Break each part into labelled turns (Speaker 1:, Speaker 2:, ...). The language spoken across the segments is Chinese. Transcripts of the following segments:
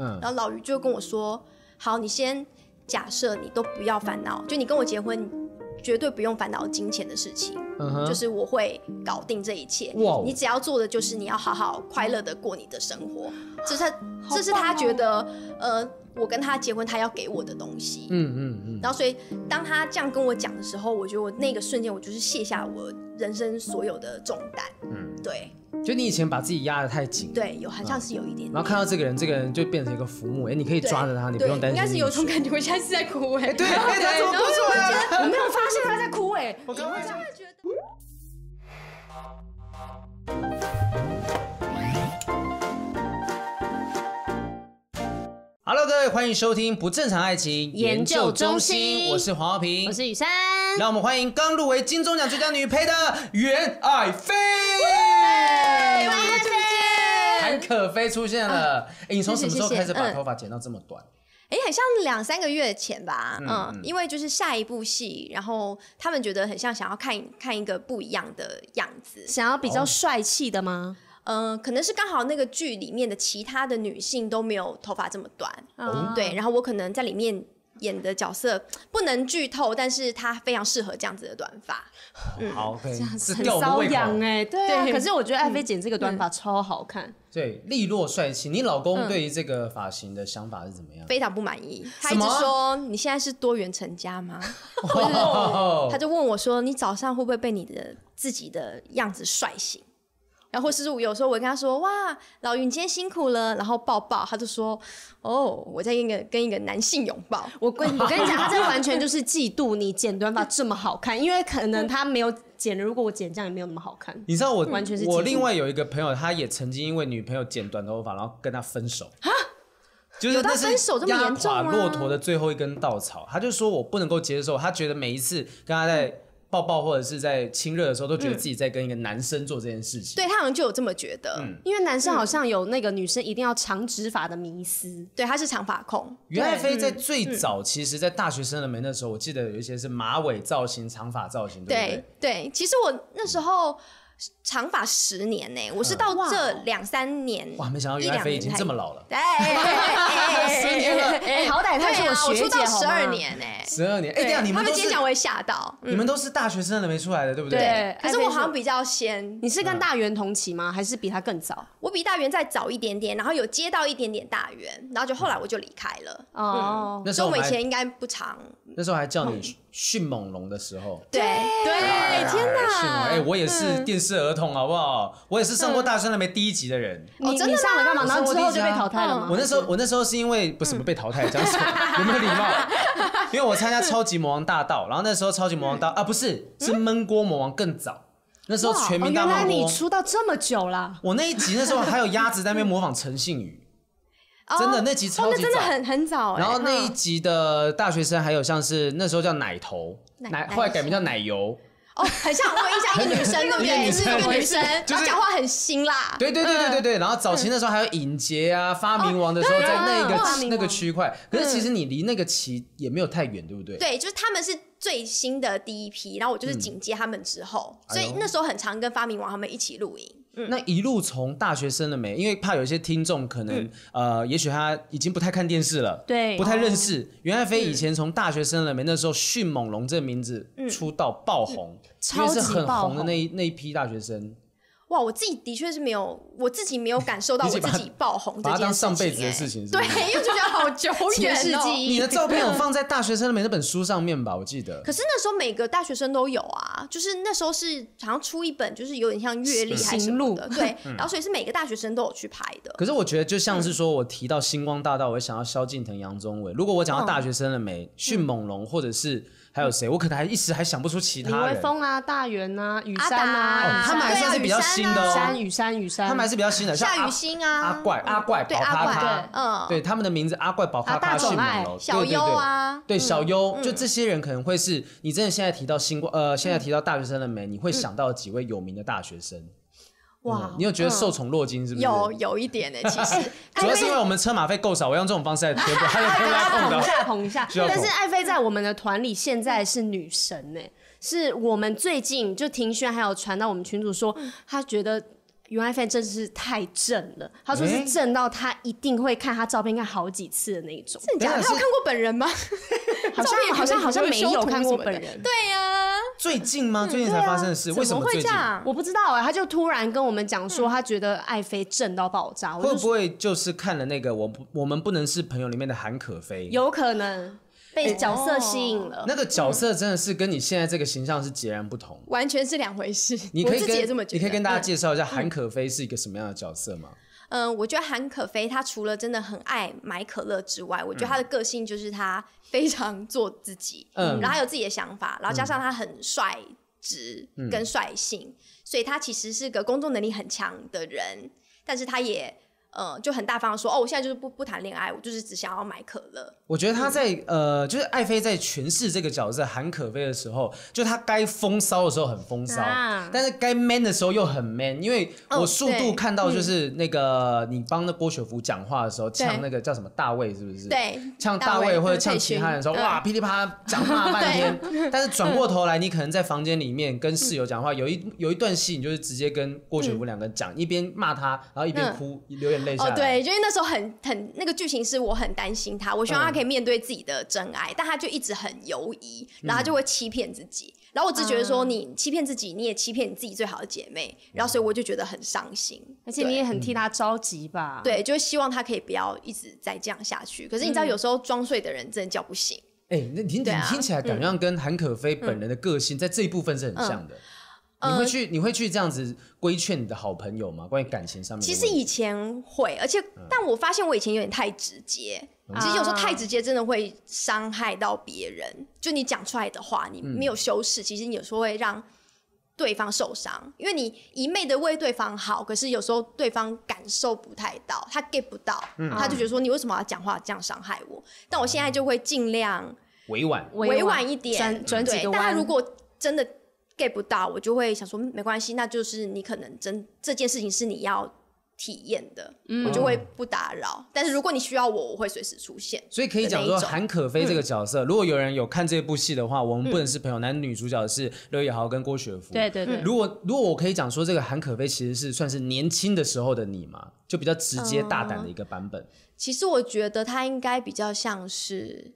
Speaker 1: 嗯
Speaker 2: 然后老于就跟我说：“好，你先假设你都不要烦恼，就你跟我结婚，你绝对不用烦恼金钱的事情，
Speaker 1: 嗯哼，
Speaker 2: 就是我会搞定这一切
Speaker 1: 哇哦。
Speaker 2: 你只要做的就是你要好好快乐的过你的生活，
Speaker 1: 哦
Speaker 2: 这是他这是他觉得呃，我跟他结婚他要给我的东西。
Speaker 1: 嗯嗯嗯，
Speaker 2: 然后，所以当他这样跟我讲的时候，我觉得我那个瞬间，我就是卸下我人生所有的重担。
Speaker 1: 嗯
Speaker 2: 嗯，对
Speaker 1: 就你以前把自己压得太紧，，
Speaker 2: 对，有好像是有一点点。
Speaker 1: 然后看到这个人，这个人就变成一个浮木，哎，你可以
Speaker 2: 对
Speaker 1: 抓着他，你不
Speaker 2: 对
Speaker 1: 用担心
Speaker 2: 应
Speaker 1: 溺水。
Speaker 2: 该是有一种感觉，我 现在是在哭哎、
Speaker 1: 对，哎他怎么
Speaker 2: 然后
Speaker 1: 哭出来了？
Speaker 2: 我没有发现他在哭哎、我刚刚这样觉得。
Speaker 1: Hello，各位，欢迎收听不正常爱情
Speaker 3: 研究中心
Speaker 1: 我是黄浩平，
Speaker 3: 我是雨珊，
Speaker 1: 让我们欢迎刚入围金钟奖最佳女配的袁爱飞。韩可菲出现了，哎，你从什么时候
Speaker 2: 嗯谢谢
Speaker 1: 开始把
Speaker 2: 嗯
Speaker 1: 头发剪到这么短？
Speaker 2: 哎、很像两三个月前吧，嗯，因为就是下一部戏，然后他们觉得很像想要看看一个不一样的样子，
Speaker 3: 想要比
Speaker 1: 哦
Speaker 3: 较帅气的吗？
Speaker 2: 嗯、可能是刚好那个剧里面的其他的女性都没有头发这么短，
Speaker 3: 哦
Speaker 2: 对，然后我可能在里面演的角色不能剧透，但是她非常适合这样子的短发，嗯
Speaker 1: 好，OK，是
Speaker 3: 很
Speaker 1: 吊我们
Speaker 3: 瘙
Speaker 1: 胃口
Speaker 3: 痒。哎，对啊。
Speaker 2: 对嗯
Speaker 3: 可是我觉得艾菲剪这个短发超好看，
Speaker 1: 对，利落帅气。你老公对于这个发型的想法是怎么 样？
Speaker 2: 非常不满意，他
Speaker 1: 什
Speaker 2: 一直
Speaker 1: 么
Speaker 2: 说你现在是多元成家吗？
Speaker 1: 哦
Speaker 2: 他就问我说：“你早上会不会被你的自己的样子帅醒？”然后或是我有时候我会跟他说：“哇，老于你今天辛苦了。”然后抱抱，他就说：“哦，我在跟一个跟一个男性拥抱。
Speaker 3: 我跟我 跟你讲，他这完全就是嫉妒你剪短发这么好看，因为可能他没有剪，如果我剪这样也没有那么好看。
Speaker 1: 你知道我
Speaker 3: 完全是
Speaker 1: 我
Speaker 3: 嫉妒
Speaker 1: 另外有一个朋友，他也曾经因为女朋友剪短头发，然后跟他分手。就是
Speaker 2: 有到
Speaker 1: 那是
Speaker 2: 分手这么
Speaker 1: 压
Speaker 2: 严重
Speaker 1: 垮
Speaker 2: 吗
Speaker 1: 骆驼的最后一根稻草，他就说我不能够接受，他觉得每一次跟他在
Speaker 2: 嗯
Speaker 1: 抱抱或者是在亲热的时候，都觉得自己在跟一个男生做这件事”情。
Speaker 2: 对他好像就有这么觉得，
Speaker 3: 因为男生好像有那个女生一定要长直发的迷思，
Speaker 2: 对，他是长发控，
Speaker 1: 袁爱飞
Speaker 2: 嗯
Speaker 1: 在最早，其实，在大学生的们那时候，我记得有一些是马尾造型、长发造型，对不
Speaker 2: 对
Speaker 1: 对？
Speaker 2: 对。其实我那时候长发十年呢、我是到这两三年，
Speaker 1: 哇，没想到
Speaker 2: 一
Speaker 1: 袁爱
Speaker 2: 两
Speaker 1: 飞已
Speaker 2: 年
Speaker 1: 经
Speaker 2: 才
Speaker 1: 这么老了，
Speaker 2: 哎哎哎哎哎
Speaker 3: 十年了哎好歹她是
Speaker 2: 对啊
Speaker 3: 我学
Speaker 2: 出
Speaker 3: 姐
Speaker 2: 道
Speaker 3: 好
Speaker 2: 十
Speaker 3: 吗
Speaker 2: 二年呢、
Speaker 1: 十二年。哎，对啊，你
Speaker 2: 他们
Speaker 1: 们都
Speaker 2: 今
Speaker 1: 是
Speaker 2: 天讲我也吓到，
Speaker 1: 你们都是大学生的没出来的，对不
Speaker 2: 对
Speaker 3: 对，
Speaker 2: 可是我好像比较先，
Speaker 3: 你是
Speaker 1: 嗯
Speaker 3: 跟大圆同期吗？还是比他更早？
Speaker 2: 我比大圆再早一点点，然后有接到一点点大圆，然后就后来我就离开了。
Speaker 3: 哦，
Speaker 1: 嗯那时
Speaker 2: 所以
Speaker 1: 候
Speaker 2: 我们
Speaker 1: 我
Speaker 2: 以
Speaker 1: 还
Speaker 2: 前应该不长，
Speaker 1: 那时候还叫你迅猛龙的时候，
Speaker 2: 对对，
Speaker 1: 天
Speaker 3: 啊
Speaker 1: 哪！哎、我也是电视儿童，好不好？我也是上过《大声了没》第一集的人。
Speaker 3: 你
Speaker 2: 哦真的
Speaker 3: 你上了干嘛？
Speaker 1: 我
Speaker 3: 然后
Speaker 1: 上
Speaker 3: 之
Speaker 1: 过
Speaker 3: 后
Speaker 1: 第
Speaker 3: 就
Speaker 1: 一集啊
Speaker 3: 被淘汰了吗？
Speaker 1: 我那时候，我那时候是因为不是不被淘汰，这样子有没有礼貌？因为我参加超级魔王大道，然后那时候超级魔王大啊，不是是焖锅魔王更早，那时候全
Speaker 3: 哦，
Speaker 1: 民大
Speaker 3: 原来
Speaker 1: 闷
Speaker 3: 你
Speaker 1: 锅。
Speaker 3: 出道这么久啦！
Speaker 1: 我那一集那时候还有鸭子在那边模仿陈信宇，
Speaker 2: 哦
Speaker 1: 真的那集超
Speaker 2: 哦那
Speaker 1: 级
Speaker 2: 真的
Speaker 1: 早
Speaker 2: 很很早哎。
Speaker 1: 然后那一
Speaker 2: 嗯
Speaker 1: 集的大学生还有像是那时候叫奶头，
Speaker 2: 奶
Speaker 1: 奶
Speaker 2: 奶
Speaker 1: 后来改名叫奶油，
Speaker 2: 哦，很像我有印象，一个女 生对不
Speaker 1: 一个女
Speaker 2: 对？是
Speaker 1: 生
Speaker 2: 一个女生，
Speaker 1: 就是
Speaker 2: 她讲话很辛辣。
Speaker 1: 对对对对对对，然后早期那时候还有影节啊、发明王的时候，在那
Speaker 3: 嗯哦对啊发
Speaker 1: 个
Speaker 3: 明
Speaker 1: 那个
Speaker 3: 王嗯
Speaker 1: 区块，可是其实你离那个旗也没有太远，对不对？嗯
Speaker 2: 对，就是他们是最新的第一批，然后我就是紧接他们之后，
Speaker 1: 哎
Speaker 2: 所
Speaker 1: 呦
Speaker 2: 以那时候很常跟发明王他们一起露营。
Speaker 1: 那一路从大学生了没？因为怕有一些听众可能呃，也许他已经不太看电视了，
Speaker 3: 对哦嗯
Speaker 1: 不太认识袁爱飞以前从大学生了没那时候迅猛龙这个名字出道爆红，因为是
Speaker 3: 嗯超级
Speaker 1: 很
Speaker 3: 爆
Speaker 1: 红的那一那一批大学生，
Speaker 2: 哇，我自己的确是没有，我自己没有感受到我
Speaker 1: 你自己把
Speaker 2: 自己爆红这
Speaker 1: 把它
Speaker 2: 件
Speaker 1: 当
Speaker 2: 事情、
Speaker 1: 上辈子的
Speaker 2: 哎
Speaker 1: 事情是不
Speaker 2: 对
Speaker 1: 是，
Speaker 2: 因为就觉得好 久远
Speaker 3: 前世
Speaker 2: 哦。
Speaker 3: 记忆
Speaker 1: 你的啊照片有放在大学生了没那本书上面吧？我记得。
Speaker 2: 可是那时候每个大学生都有啊，就是那时候是好像出一本，就是有点像阅历还是什么的，对。然后所以是每个大学生都有去拍的。
Speaker 1: 可是我觉得，就像是说我提到星光大道，我会想到萧敬腾、杨宗纬。如果我讲到大学生了没，迅猛龙或者是还有谁，我可能还一时还想不出其
Speaker 3: 李
Speaker 1: 他
Speaker 3: 微
Speaker 1: 人。
Speaker 3: 峰啊，大圆啊，雨
Speaker 2: 阿
Speaker 3: 山
Speaker 2: 达
Speaker 3: 啊，
Speaker 1: 哦他们还算是比较新的
Speaker 3: 雨
Speaker 1: 哦
Speaker 3: 山雨山雨山，
Speaker 1: 他们还是比较新的，像
Speaker 2: 夏
Speaker 1: 阿
Speaker 2: 雨欣啊，
Speaker 1: 阿怪、阿怪、宝
Speaker 2: 对
Speaker 1: 咖
Speaker 2: 阿
Speaker 1: 咖
Speaker 2: 怪，，嗯，
Speaker 1: 对他们的名字阿怪、宝咖
Speaker 3: 啊
Speaker 1: 咖、
Speaker 3: 大
Speaker 1: 迅
Speaker 3: 冢爱
Speaker 1: 猛龙、
Speaker 2: 小
Speaker 1: 对对
Speaker 2: 优
Speaker 1: 对
Speaker 2: 啊，
Speaker 1: 对小优，就这些人可能会是你真的现在提到星光，
Speaker 2: 嗯
Speaker 1: 呃，现在提到大学生了没？你会想到几位有名的大学生？
Speaker 2: 哇
Speaker 1: 嗯，你有觉得受宠若惊是不是？
Speaker 2: 有有一点呢，其实
Speaker 1: 主要是因为我们车马费够少，我用这种方式来 填补，还有
Speaker 3: 大
Speaker 1: 被他碰
Speaker 3: 家捧一
Speaker 1: 到。
Speaker 3: 下捧一下。
Speaker 1: 需要捧
Speaker 3: 但是艾菲在我们的团里现在是女欸神呢、是我们最近就庭轩还有传到我们群主说，他觉得。云爱范真是太正了，他说是
Speaker 1: 诶
Speaker 3: 正到他一定会看他照片看好几次的那一种，
Speaker 2: 真的假的？
Speaker 1: 等一
Speaker 2: 他
Speaker 1: 下
Speaker 2: 有看过本人吗？
Speaker 3: 好
Speaker 2: 照片
Speaker 3: 像好像好像没有看过本
Speaker 2: 可能有修图什
Speaker 3: 人
Speaker 2: 么的。对呀、
Speaker 1: 最近吗？最近才发生的事，为
Speaker 2: 啊
Speaker 1: 什
Speaker 2: 怎么会
Speaker 1: 最
Speaker 2: 这
Speaker 1: 近？
Speaker 2: 样？
Speaker 3: 我不知道哎、他就突然跟我们讲说，他觉得爱妃正到爆炸，我
Speaker 1: 会
Speaker 3: 就
Speaker 1: 不会就是看了那个我不我们不能是朋友里面的韩可菲？
Speaker 3: 有可能被角色吸引了。
Speaker 1: 那个角色真的是跟你现在这个形象是截然不同。
Speaker 2: 完全是两回事。
Speaker 1: 你
Speaker 2: 我
Speaker 1: 可以
Speaker 2: 自己也
Speaker 1: 跟
Speaker 2: 这么觉得。
Speaker 1: 你可以跟大家
Speaker 2: 嗯
Speaker 1: 介绍一下韩可菲是一个什么样的角色吗？
Speaker 2: 嗯，我觉得韩可菲她除了真的很爱买可乐之外，我觉得她的个性就是她非常做自己，
Speaker 1: 嗯
Speaker 2: 然后她有自己的想法，然后加上她很率直
Speaker 1: 嗯
Speaker 2: 跟率性，所以她其实是个工作能力很强的人，但是她也呃就很大方地说，哦，我现在就是不不谈恋爱，我就是只想要买可乐。
Speaker 1: 我觉得她在呃，就是爱妃在诠释这个角色韩可菲的时候，就她该风骚的时候很风骚，
Speaker 3: 啊
Speaker 1: 但是该 man 的时候又很 man。因为我
Speaker 2: 哦
Speaker 1: 速度
Speaker 2: 对
Speaker 1: 看到就是那个你帮那郭雪芙讲话的时候，呛那个叫什么大卫是不是？。
Speaker 2: 对，
Speaker 1: 呛大卫或者呛其他人的时候，
Speaker 2: 嗯
Speaker 1: 哇，噼里啪啦讲骂半 天。但是转过头来，你可能在房间里面跟室友讲话，有一有一段戏，你就是直接跟郭雪芙两个人讲，一边骂他，然后一边
Speaker 2: 嗯
Speaker 1: 哭，流眼泪下
Speaker 2: 哦
Speaker 1: 来。，
Speaker 2: 对，就是那时候很很那个剧情是我很担心他，我希望他可以面对自己的真爱，但他就一直很犹疑，
Speaker 1: 嗯
Speaker 2: 然后他就会欺骗自己。然后我只觉得说，你欺骗自己，你也欺骗你自己最好的姐妹，然后所以我就觉得很伤心。
Speaker 1: 嗯
Speaker 3: 而且你也很替他着急吧？，
Speaker 2: 对，就是希望他可以不要一直再这样下去。可是
Speaker 1: 嗯
Speaker 2: 你知道，有时候装睡的人真的叫不醒。
Speaker 1: 哎、那你你
Speaker 2: 对啊嗯
Speaker 1: 听起来感觉上跟韩可菲本人的个性在这一部分是很像的。你
Speaker 2: 呃
Speaker 1: 会去你会去这样子规劝你的好朋友吗？关于感情上面的
Speaker 2: 其
Speaker 1: 问
Speaker 2: 实
Speaker 1: 题，嗯
Speaker 2: 以前会，而且但我发现我以前有点太直接。其实有时候太直接真的会伤害到别人，就你讲出来的话，
Speaker 1: 嗯
Speaker 2: 你没有修饰，其实你有时候会让对方受伤，因为你一昧的为对方好，可是有时候对方感受不太到，他 get 不到，
Speaker 1: 嗯
Speaker 2: 他就觉得说你为什么要讲话这样伤害我？但我现在就会尽量
Speaker 1: 委婉。
Speaker 2: 委婉一点，
Speaker 3: 转转
Speaker 2: 对
Speaker 3: 几个
Speaker 2: 但他
Speaker 3: 弯。
Speaker 2: 如果真的 get 不到，我就会想说嗯没关系，那就是你可能真这件事情是你要体验的，
Speaker 3: 嗯
Speaker 2: 我就会不打扰。但是如果你需要我，我会随时出现。
Speaker 1: 所以可以讲
Speaker 2: 的
Speaker 1: 说，
Speaker 2: 那一种嗯
Speaker 1: 韩可菲这个角色，如果有人有看这部戏的话，我们不能是朋友。男女主角是刘也豪跟郭雪芙。
Speaker 3: 对对对
Speaker 1: 如果如果我可以讲说，这个韩可菲其实是算是年轻的时候的你嘛，就比较直接大
Speaker 2: 哦
Speaker 1: 胆的一个版本。
Speaker 2: 其实我觉得他应该比较像是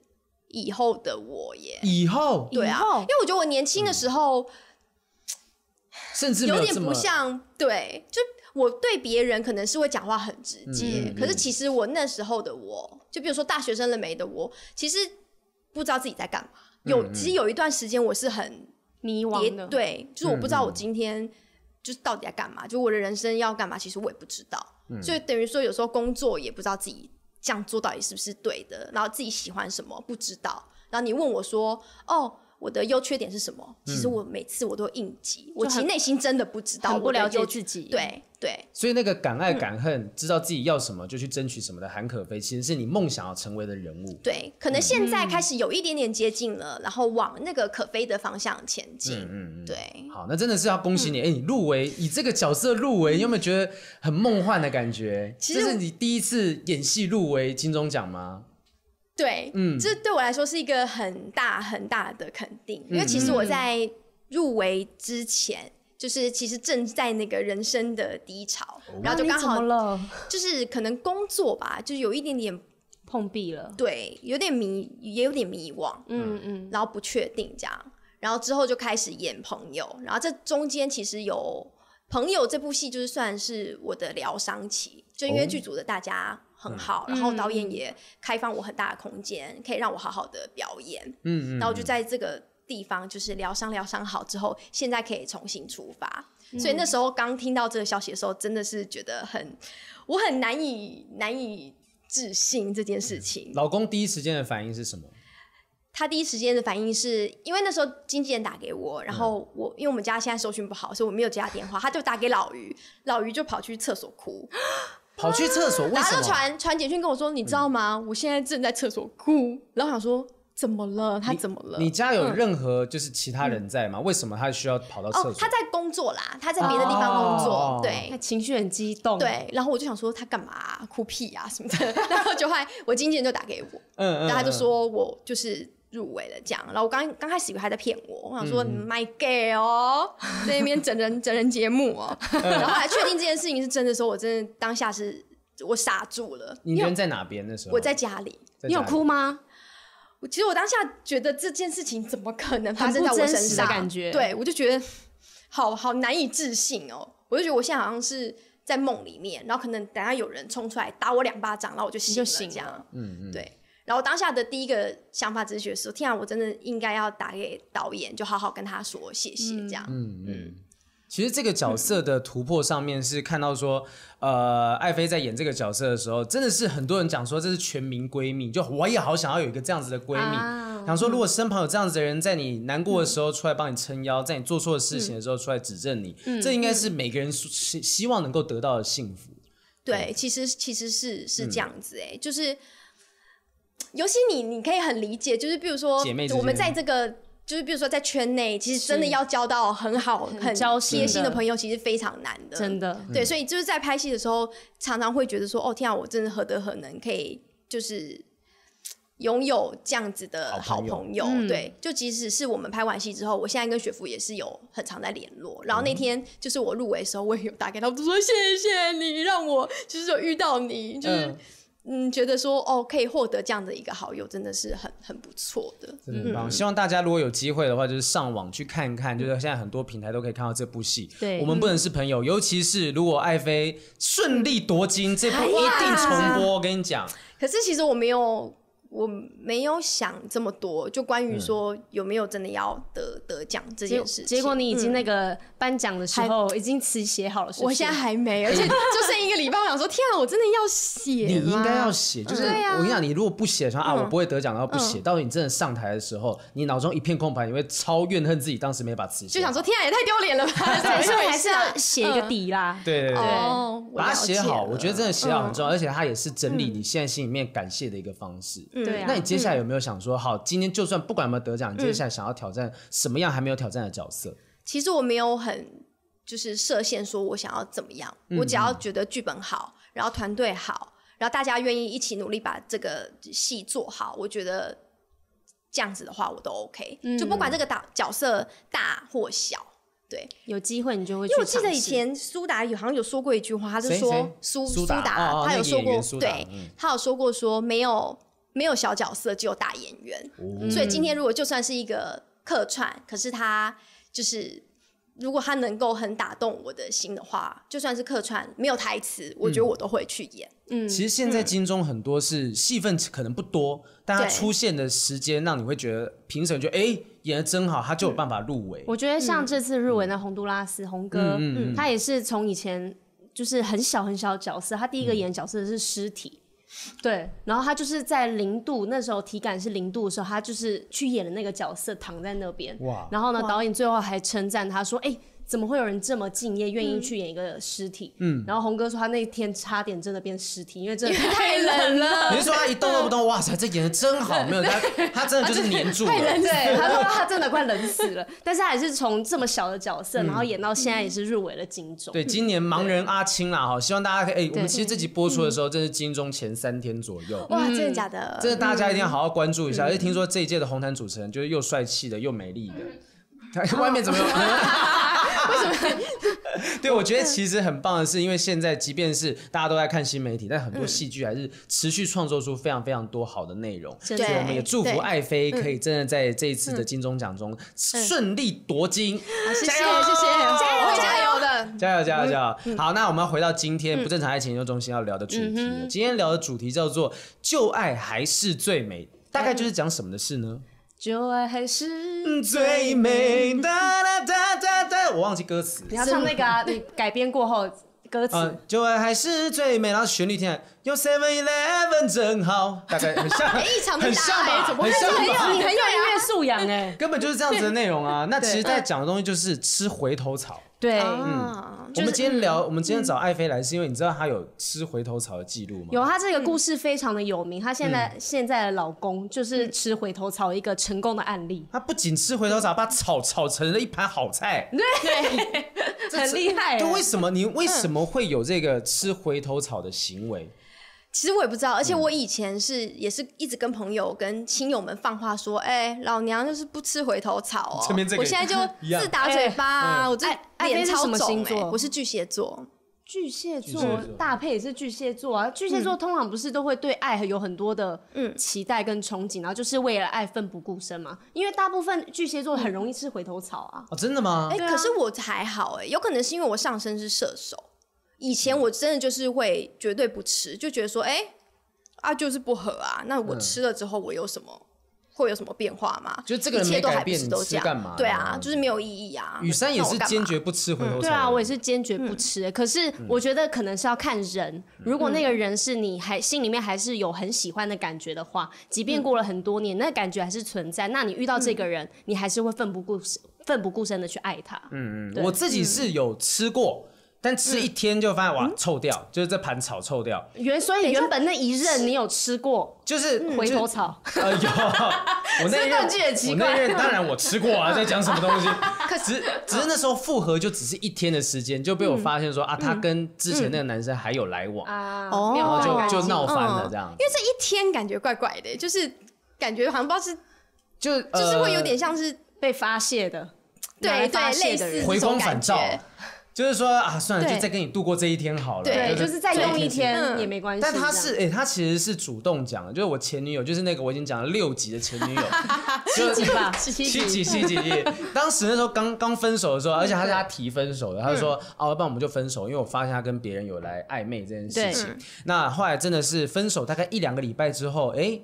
Speaker 2: 以后的我耶，
Speaker 1: 以后
Speaker 2: 对啊
Speaker 3: 以后，
Speaker 2: 因为我觉得我年轻的时候。
Speaker 1: 甚至没
Speaker 2: 有
Speaker 1: 有
Speaker 2: 点
Speaker 1: 这么
Speaker 2: 不像，对，就我对别人可能是会讲话很直
Speaker 1: 嗯
Speaker 2: 接，可是其实我那时候的我，就比如说大学生了没的我，其实不知道自己在干嘛。有，
Speaker 1: 嗯
Speaker 2: 其实有一段时间我是很
Speaker 3: 迷
Speaker 2: 也
Speaker 3: 惘的，，
Speaker 2: 对，就是我不知
Speaker 1: 嗯
Speaker 2: 道我今天就是到底在干嘛，就我的人生要干嘛，其实我也不知道。
Speaker 1: 嗯
Speaker 2: 所以等于说，有时候工作也不知道自己这样做到底是不是对的，然后自己喜欢什么不知道。然后你问我说：“哦，我的优缺点是什么？”
Speaker 1: 嗯
Speaker 2: 其实我每次我都应激，我其实内心真的不知道，
Speaker 3: 很
Speaker 2: 我
Speaker 3: 不
Speaker 2: 的
Speaker 3: 了解
Speaker 2: 优
Speaker 3: 自己。，
Speaker 2: 对对，
Speaker 1: 所以那个敢爱敢
Speaker 2: 嗯
Speaker 1: 恨，知道自己要什么就去争取什么的韩可菲，其实是你梦想要成为的人物。
Speaker 2: 对，可能现
Speaker 1: 嗯
Speaker 2: 在开始有一点点接近了，然后往那个可飞的方向前进。
Speaker 1: 嗯嗯
Speaker 2: 对，
Speaker 1: 好，那真的是要恭喜
Speaker 2: 嗯
Speaker 1: 你！哎、你入围，以这个角色入围，你有没有觉得很梦幻的感觉？
Speaker 2: 其实
Speaker 1: 这是你第一次演戏入围金钟奖吗？
Speaker 2: 对，
Speaker 1: 嗯
Speaker 2: 这对我来说是一个很大很大的肯定，因为其实我在入围之前，就是其实正在那个人生的低潮，然后就
Speaker 3: 啊
Speaker 2: 刚好
Speaker 3: 了
Speaker 2: 就是可能工作吧，就是有一点点
Speaker 3: 碰壁了。
Speaker 2: 对，有点迷，也有点迷惘，
Speaker 3: 嗯嗯，
Speaker 2: 然后不确定这样，然后之后就开始演朋友，然后这中间其实有朋友这部戏就是算是我的疗伤期，就因为
Speaker 1: 哦嗯
Speaker 2: 剧组的大家很好，然后导演也开放我很大的空间，可以让我好好的表演，
Speaker 1: 嗯嗯
Speaker 2: 然后我就在这个地方就是疗伤疗伤好之后，现在可以重新出发。所以那时候刚听到这个消息的时候，真的是觉得很，我很难以难以置信这件
Speaker 1: 嗯
Speaker 2: 事情。
Speaker 1: 老公第一时间的反应是什么？
Speaker 2: 他第一时间的反应是因为那时候经纪人打给我，
Speaker 1: 嗯
Speaker 2: 然后我、因为我们家现在收讯不好，所以我没有接他电话，他就打给老于，老于就跑去厕所哭，
Speaker 1: 跑去厕所，为
Speaker 2: 然后
Speaker 1: 什
Speaker 2: 他就
Speaker 1: 么？
Speaker 2: 传传简讯跟我说，你知道吗？我现在正在厕所哭，然后想说怎么了？他怎么了？嗯
Speaker 1: 你家有任何就是其他人在吗？为什么他需要跑到厕所？
Speaker 2: 哦，他在工作啦，他在别的地方工作，
Speaker 1: 哦
Speaker 2: 对
Speaker 3: 他。情绪很激动。，
Speaker 2: 对，然后我就想说他干嘛啊、 哭屁啊什么的，然后就后来我经纪人就打给我，
Speaker 1: 嗯嗯
Speaker 2: 然后他就
Speaker 1: 嗯
Speaker 2: 说我就是入围了这样。然后我刚刚开始以为他在骗我，我想说、my
Speaker 1: 嗯
Speaker 2: gay 哦，在那边整人整人节目 哦。然后后
Speaker 1: 嗯
Speaker 2: 来确定这件事情是真的时候，我真的当下是我傻住了。
Speaker 1: 你人在哪边那时候？
Speaker 2: 我在家里，
Speaker 1: 在
Speaker 3: 你有
Speaker 1: 家里
Speaker 3: 哭吗？
Speaker 2: 我其实我当下觉得这件事情怎么可能发生在
Speaker 3: 很不
Speaker 2: 我
Speaker 3: 真
Speaker 2: 身
Speaker 3: 实的
Speaker 2: 上？
Speaker 3: 感觉
Speaker 2: 对我就觉得好好难以置信哦。我就觉得我现在好像是在梦里面，然后可能等下有人冲出来打我两巴掌，然后我就醒
Speaker 3: 就
Speaker 2: 了，
Speaker 3: 醒
Speaker 2: 这样
Speaker 3: 了。
Speaker 1: 嗯嗯，
Speaker 2: 对。然后当下的第一个想法只是觉得说，天啊，我真的应该要打给导演，就好好跟他说谢谢这样。
Speaker 1: 嗯嗯。其实这个角色的突破上面是看到说，呃，艾菲在演这个角色的时候，真的是很多人讲说这是全民闺蜜，就我也好想要有一个这样子的闺蜜。
Speaker 3: 啊嗯
Speaker 1: 想说，如果身旁有这样子的人，在你难过的时候出来帮你撑腰，在你做错事情的时候出来指正你，
Speaker 3: 嗯
Speaker 1: 这应该是每个人希希望能够得到的幸福。
Speaker 2: 对，其实其实是是这样子哎、就是尤其你你可以很理解，就是比如说
Speaker 1: 姐妹之间
Speaker 2: 我们在这个。就是比如说在圈内，其实真的要交到很好、很
Speaker 3: 交心
Speaker 2: 贴心的
Speaker 3: 的
Speaker 2: 朋友，其实非常难的。
Speaker 3: 真的
Speaker 1: 嗯
Speaker 2: 对，所以就是在拍戏的时候，常常会觉得说：“哦，天啊，我真的何德何能，可以就是拥有这样子的好
Speaker 1: 好朋友
Speaker 2: 朋友。对，就即使是我们拍完戏之后，我现在跟雪芙也是有很常在联络。然后
Speaker 1: 嗯
Speaker 2: 那天就是我入围的时候，我也有打给他，我就说：“谢谢你，让我就是有遇到你，就是
Speaker 1: 嗯
Speaker 2: 嗯觉得说哦，可以获得这样的一个好友，真的是很很不错的。
Speaker 1: 真的很
Speaker 3: 嗯
Speaker 1: 棒。希望大家如果有机会的话，就是上网去看一看，就是现在很多平台都可以看到这部戏。
Speaker 3: 对嗯
Speaker 1: 我们不能是朋友，尤其是如果艾菲顺利夺金，
Speaker 3: 哎
Speaker 1: 这部一定重播。我跟你讲，
Speaker 2: 可是其实我没有，我没有想这么多，就关于说
Speaker 1: 嗯
Speaker 2: 有没有真的要得得奖这
Speaker 3: 结
Speaker 2: 件事情。
Speaker 3: 结果你已经那个颁奖的时候已经词写好了，是不
Speaker 2: 我
Speaker 3: 是
Speaker 2: 现在还没，而 且就剩一个礼拜，我想说，天啊，我真的要写
Speaker 1: 你
Speaker 2: 吗嗯
Speaker 1: 应该要写，就是
Speaker 2: 对啊
Speaker 1: 我跟你讲，你如果不写的话啊，我不会得奖，然后不写，到你真的上台的时候，你脑中一片空白，你会超怨恨自己当时没把词写。
Speaker 2: 就想，说，天啊，也太丢脸了吧！
Speaker 3: 对，所以还是
Speaker 2: 啊
Speaker 3: 要嗯写一个底啦。
Speaker 1: 对对对。
Speaker 2: 哦，我
Speaker 1: 把它
Speaker 2: 了解
Speaker 1: 写好，
Speaker 2: 了嗯
Speaker 1: 我觉得真的写好很重要，而且它也是整理你现在心里面感谢的一个方式。
Speaker 2: 嗯
Speaker 3: 对啊
Speaker 1: 那你接下来有没有想说，好，今天就算不管有没有得奖，你接下
Speaker 2: 嗯
Speaker 1: 来想要挑战什么样还没有挑战的角色？
Speaker 2: 其实我没有很就是设限，说我想要怎么样，
Speaker 1: 嗯
Speaker 2: 我只要觉得剧本好，然后团队好，然后大家愿意一起努力把这个戏做好，我觉得这样子的话我都 OK，、就
Speaker 1: 嗯
Speaker 2: 不管这个打角色大或小。对，
Speaker 3: 有机会你就会去
Speaker 2: 因为我
Speaker 3: 尝
Speaker 2: 记
Speaker 3: 试。
Speaker 2: 得以前苏达有好像有说过一句话，他是
Speaker 1: 谁
Speaker 2: 说
Speaker 1: 谁
Speaker 2: 苏
Speaker 1: 苏打
Speaker 2: 达，
Speaker 1: 哦哦
Speaker 2: 他
Speaker 1: 那
Speaker 2: 有
Speaker 1: 个
Speaker 2: 说
Speaker 1: 演
Speaker 2: 过
Speaker 1: 员，苏打
Speaker 2: 对
Speaker 1: 嗯
Speaker 2: 他有说过说没有没有小角色，只有大演员。
Speaker 1: 哦
Speaker 2: 所以
Speaker 3: 嗯
Speaker 2: 今天如果就算是一个客串，可是他就是如果他能够很打动我的心的话，就算是客串没有台词，我觉
Speaker 3: 嗯
Speaker 2: 得我都会去演。
Speaker 1: 其实现在金钟很多是戏份可能不多，但它
Speaker 2: 对
Speaker 1: 出现的时间让你会觉得评审觉得哎演的真好，他就有办法入围。
Speaker 3: 我觉得像这次入围的洪都拉斯洪哥，他也是从以前就是很小很小的角色，他第一个演角色是尸体。对，然后他就是在零度那时候体感是零度的时候，他就是去演的那个角色躺在那边。
Speaker 1: 哇
Speaker 3: 然后呢，导演最后还称赞他说：“哎、怎么会有人这么敬业，愿意去演一个尸体？”嗯，然后洪哥说他那天差点真的变尸体，因为真的
Speaker 2: 太冷了，
Speaker 1: 你是说他一动都不动，哇塞，这演的真好，没有 他，嗯他真的就是黏住了。
Speaker 3: 对，他说他真的快冷死了，但是他还是从这么小的角色，然后演到现在也是入围了金钟。
Speaker 1: 对，嗯今年盲人阿青啦，哈，希望大家可以，哎、我们其实这集播出的时候，正是金钟前三天左右。
Speaker 2: 哇，真的假
Speaker 3: 嗯
Speaker 2: 的？
Speaker 1: 真的，大家一定要好好关注一下。而且听说这一届的红毯主持人就是又帅气的又美丽的， 外面怎么有？为什么？对，我觉得其实很棒的是，因为现在即便是大家都在看新媒体，但很多戏剧还是持续创作出非常非常多好的内容。
Speaker 3: 真
Speaker 2: 对
Speaker 1: 所以我
Speaker 3: 的
Speaker 1: 们也祝福
Speaker 2: 对
Speaker 1: 爱妃可以真的在这一次的金钟奖中顺利夺金，
Speaker 3: 啊
Speaker 2: 谢谢
Speaker 1: 加
Speaker 2: 谢谢，
Speaker 1: 油
Speaker 2: 我会
Speaker 3: 加
Speaker 2: 加油的。
Speaker 1: 加油加油加
Speaker 2: 嗯
Speaker 1: 油！好，那我们要回到今天不正常爱情研究中心要聊的主题了。今天聊的主题叫做“旧爱还是最美”，大概就是讲什么的事呢？
Speaker 3: 旧爱还
Speaker 2: 嗯
Speaker 3: 是
Speaker 1: 最美哒哒哒哒哒，我忘记歌词。
Speaker 3: 你要唱那个啊，你改编过后歌
Speaker 1: 啊
Speaker 3: 词，，
Speaker 1: 旧爱还是最美，然后旋律听起来用 Seven Eleven 真好，大概 很像，
Speaker 2: 异常的
Speaker 1: 很像
Speaker 2: 大
Speaker 1: 吧，
Speaker 2: 爱，哎怎么会
Speaker 1: 很像
Speaker 2: 这
Speaker 1: 吧
Speaker 2: 样？
Speaker 3: 你很有音乐素养哎。
Speaker 1: 根本就是这样子的内容 啊。那其实在讲的东西就是吃回头草。
Speaker 2: 嗯
Speaker 3: 对，
Speaker 1: 嗯
Speaker 3: 嗯
Speaker 2: 啊，
Speaker 1: 我们今天聊，我们今天
Speaker 2: 嗯
Speaker 1: 找艾菲来，是因为你知道她有吃回头草的记录吗？
Speaker 3: 有啊她这个故事非常的有名，她现
Speaker 1: 嗯
Speaker 3: 在现在的老公就是吃回头草一个成功的案例，
Speaker 1: 他不仅吃回头草，把草炒成了一盘好菜。
Speaker 3: 很厉害欸。
Speaker 1: 就为什么你为什么会有这个吃回头草的行为？
Speaker 2: 其实我也不知道，而且
Speaker 3: 嗯
Speaker 2: 我以前是也是一直跟朋友、跟亲友们放话说，哎、老娘就是不吃回头草哦
Speaker 1: 这边这，个
Speaker 2: 我现在就
Speaker 1: 一样
Speaker 2: 自打嘴巴啊，我这
Speaker 3: 哎哎
Speaker 2: 脸
Speaker 3: 菲是
Speaker 2: 超
Speaker 3: 什么
Speaker 2: 肿
Speaker 3: 星
Speaker 2: 哎、
Speaker 3: 座
Speaker 2: 我是巨蟹座，
Speaker 3: 巨蟹
Speaker 1: 巨
Speaker 3: 座
Speaker 1: 蟹座嗯
Speaker 3: 大配也是巨蟹座啊，巨蟹座通常不是都会对爱有很多的期待跟憧憬，然后就是为了爱奋不顾身嘛。因为大部分巨蟹座很容易吃回头草啊，
Speaker 1: 哦，真的吗
Speaker 2: 哎、？
Speaker 3: 对啊
Speaker 2: 可是我还好哎、有可能是因为我上身是射手，以
Speaker 1: 嗯
Speaker 2: 前我真的就是会绝对不吃，就觉得说，哎、啊就是不合啊，那我
Speaker 1: 嗯
Speaker 2: 吃了之后我有什么、会有什么变化吗？
Speaker 1: 就这个人
Speaker 2: 一切
Speaker 1: 没
Speaker 2: 都
Speaker 1: 改
Speaker 2: 还不
Speaker 1: 变，
Speaker 2: 是
Speaker 1: 你
Speaker 2: 都
Speaker 1: 吃
Speaker 2: 这
Speaker 1: 干
Speaker 2: 样
Speaker 1: 嘛，呢？
Speaker 2: 对啊，就是没有意义啊。
Speaker 1: 雨珊也
Speaker 2: 那我
Speaker 1: 是
Speaker 2: 干嘛
Speaker 1: 坚决不吃回头草的人。
Speaker 3: 对啊，我也是坚决不吃、欸可是我觉得可能是要看人，如果那个人是你还心里面还是有很喜欢的感觉的话，即便过了很多年，那个感觉还是存在。那你遇到这个人，你还是会奋不顾身、奋不顾身的去爱他。嗯
Speaker 1: 我自己是有吃过，但吃一天就发现哇，臭掉，就是这盘草臭掉，
Speaker 3: 原所以原本那一任你有吃过
Speaker 1: 就是
Speaker 3: 嗯回头
Speaker 1: 草。
Speaker 3: 草，
Speaker 1: 哎呦，我那一任
Speaker 3: 这段剧很奇
Speaker 1: 我
Speaker 3: 怪
Speaker 1: 那一任当然我吃过啊，在讲什么东西？只只是那时候复合就只是一天的时间，就被我发现说啊，他跟之前那个男生还有来往，
Speaker 3: 啊，
Speaker 2: 哦
Speaker 3: 没有
Speaker 1: 然
Speaker 3: 断
Speaker 1: 后
Speaker 3: 干
Speaker 1: 就
Speaker 3: 净
Speaker 1: 就闹翻了
Speaker 2: 嗯
Speaker 1: 这样
Speaker 2: 因，为这一天感觉怪怪的、就是感觉好像不知道是，
Speaker 1: 就
Speaker 2: 就
Speaker 1: 就是
Speaker 2: 会有点像是、
Speaker 3: 被发泄的，
Speaker 2: 对
Speaker 3: 拿来发
Speaker 2: 对
Speaker 3: 泄
Speaker 2: 类
Speaker 3: 的
Speaker 2: 似
Speaker 3: 人
Speaker 1: 回
Speaker 2: 这种
Speaker 1: 光返
Speaker 2: 感
Speaker 1: 照
Speaker 2: 觉。。
Speaker 1: 就是说啊，算了，
Speaker 2: 对
Speaker 1: 就再跟你度过这一天好了。
Speaker 2: 对
Speaker 3: 对，就是再用一天
Speaker 2: 嗯
Speaker 3: 也没关系。
Speaker 1: 但他
Speaker 3: 这样
Speaker 1: 是哎、欸他其实是主动讲的，就是我前女友，就是那个我已经讲了六集的前女友，就
Speaker 3: 七集吧，
Speaker 1: 七集七集。当时那时候刚刚分手的时候，而且他是他提分手的，他就
Speaker 3: 嗯
Speaker 1: 说、啊，要不然我们就分手，因为我发现他跟别人有来暧昧这件事情。那后来真的是分手大概一两个礼拜之后，哎、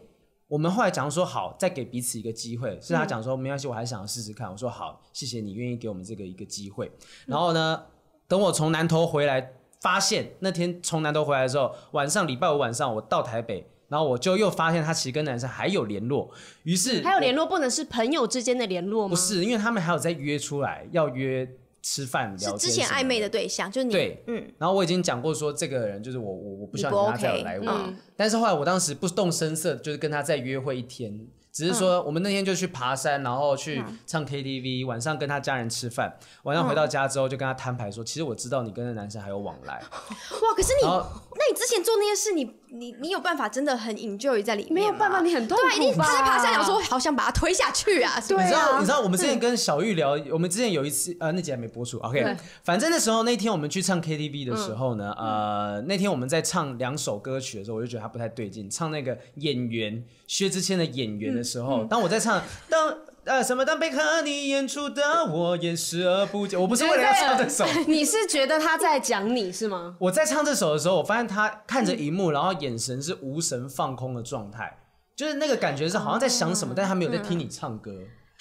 Speaker 1: 我们后来讲说好，再给彼此一个机会。是
Speaker 3: 嗯
Speaker 1: 他讲说没关系，我还想要试试看。我说好，谢谢你愿意给我们这个一个机会。然后呢，等我从南头回来，发现那天从南头回来的时候，晚上礼拜五晚上我到台北，然后我就又发现他其实跟男生还有联络，于是
Speaker 3: 还有
Speaker 1: 我
Speaker 3: 联络不能是朋友之间的联络吗？
Speaker 2: 嗯
Speaker 1: 不是，因为他们还有在约出来，要约吃饭聊
Speaker 2: 是
Speaker 1: 哦天
Speaker 2: 之前
Speaker 1: 什么
Speaker 2: 暧昧的。对象，就是你，
Speaker 1: 对，
Speaker 2: 嗯，
Speaker 1: 然后我已经讲过说，这个人就是我，我我
Speaker 2: 你
Speaker 1: 不希望
Speaker 2: 不
Speaker 1: 跟他再
Speaker 2: OK，
Speaker 1: 有来往。
Speaker 2: 嗯
Speaker 1: 但是后来我当时不动声色，就是跟他再约会一天，只是
Speaker 2: 嗯
Speaker 1: 说我们那天就去爬山，然后去唱 KTV，晚上跟他家人吃饭，晚
Speaker 2: 嗯
Speaker 1: 上回到家之后就跟他摊牌说，其实我知道你跟那男生还有往来，
Speaker 2: 哇！可是你，
Speaker 1: 然后
Speaker 2: 那你之前做那些事，你你你有办法真的很 enjoy 在里面？
Speaker 3: 没有办法，，啊你很痛苦吧。
Speaker 2: 对，一定在爬山，想 说好想把它推下去啊！嗯对
Speaker 1: 你知道，你知道我们之前跟小玉聊，我们之前有一次，呃，那集还没播出，OK
Speaker 3: 对。
Speaker 1: 反正那时候那天我们去唱
Speaker 2: 嗯
Speaker 1: KTV 的时候呢，呃，那天我们在唱两首歌曲的时候，我就觉得他不太对劲。唱那个演员薛之谦的演员的时
Speaker 2: 嗯
Speaker 1: 候，当我 在唱当呃什么当被和你演出的我也视而不见，我不是为了要唱这首。
Speaker 3: 你是觉得他在讲你是吗？
Speaker 1: 我在唱这首的时候，我发现他看着荧幕，然后眼神是无神放空的状态，就是那个感觉是好像在想
Speaker 2: 嗯
Speaker 1: 什么，但他没有在听你唱歌。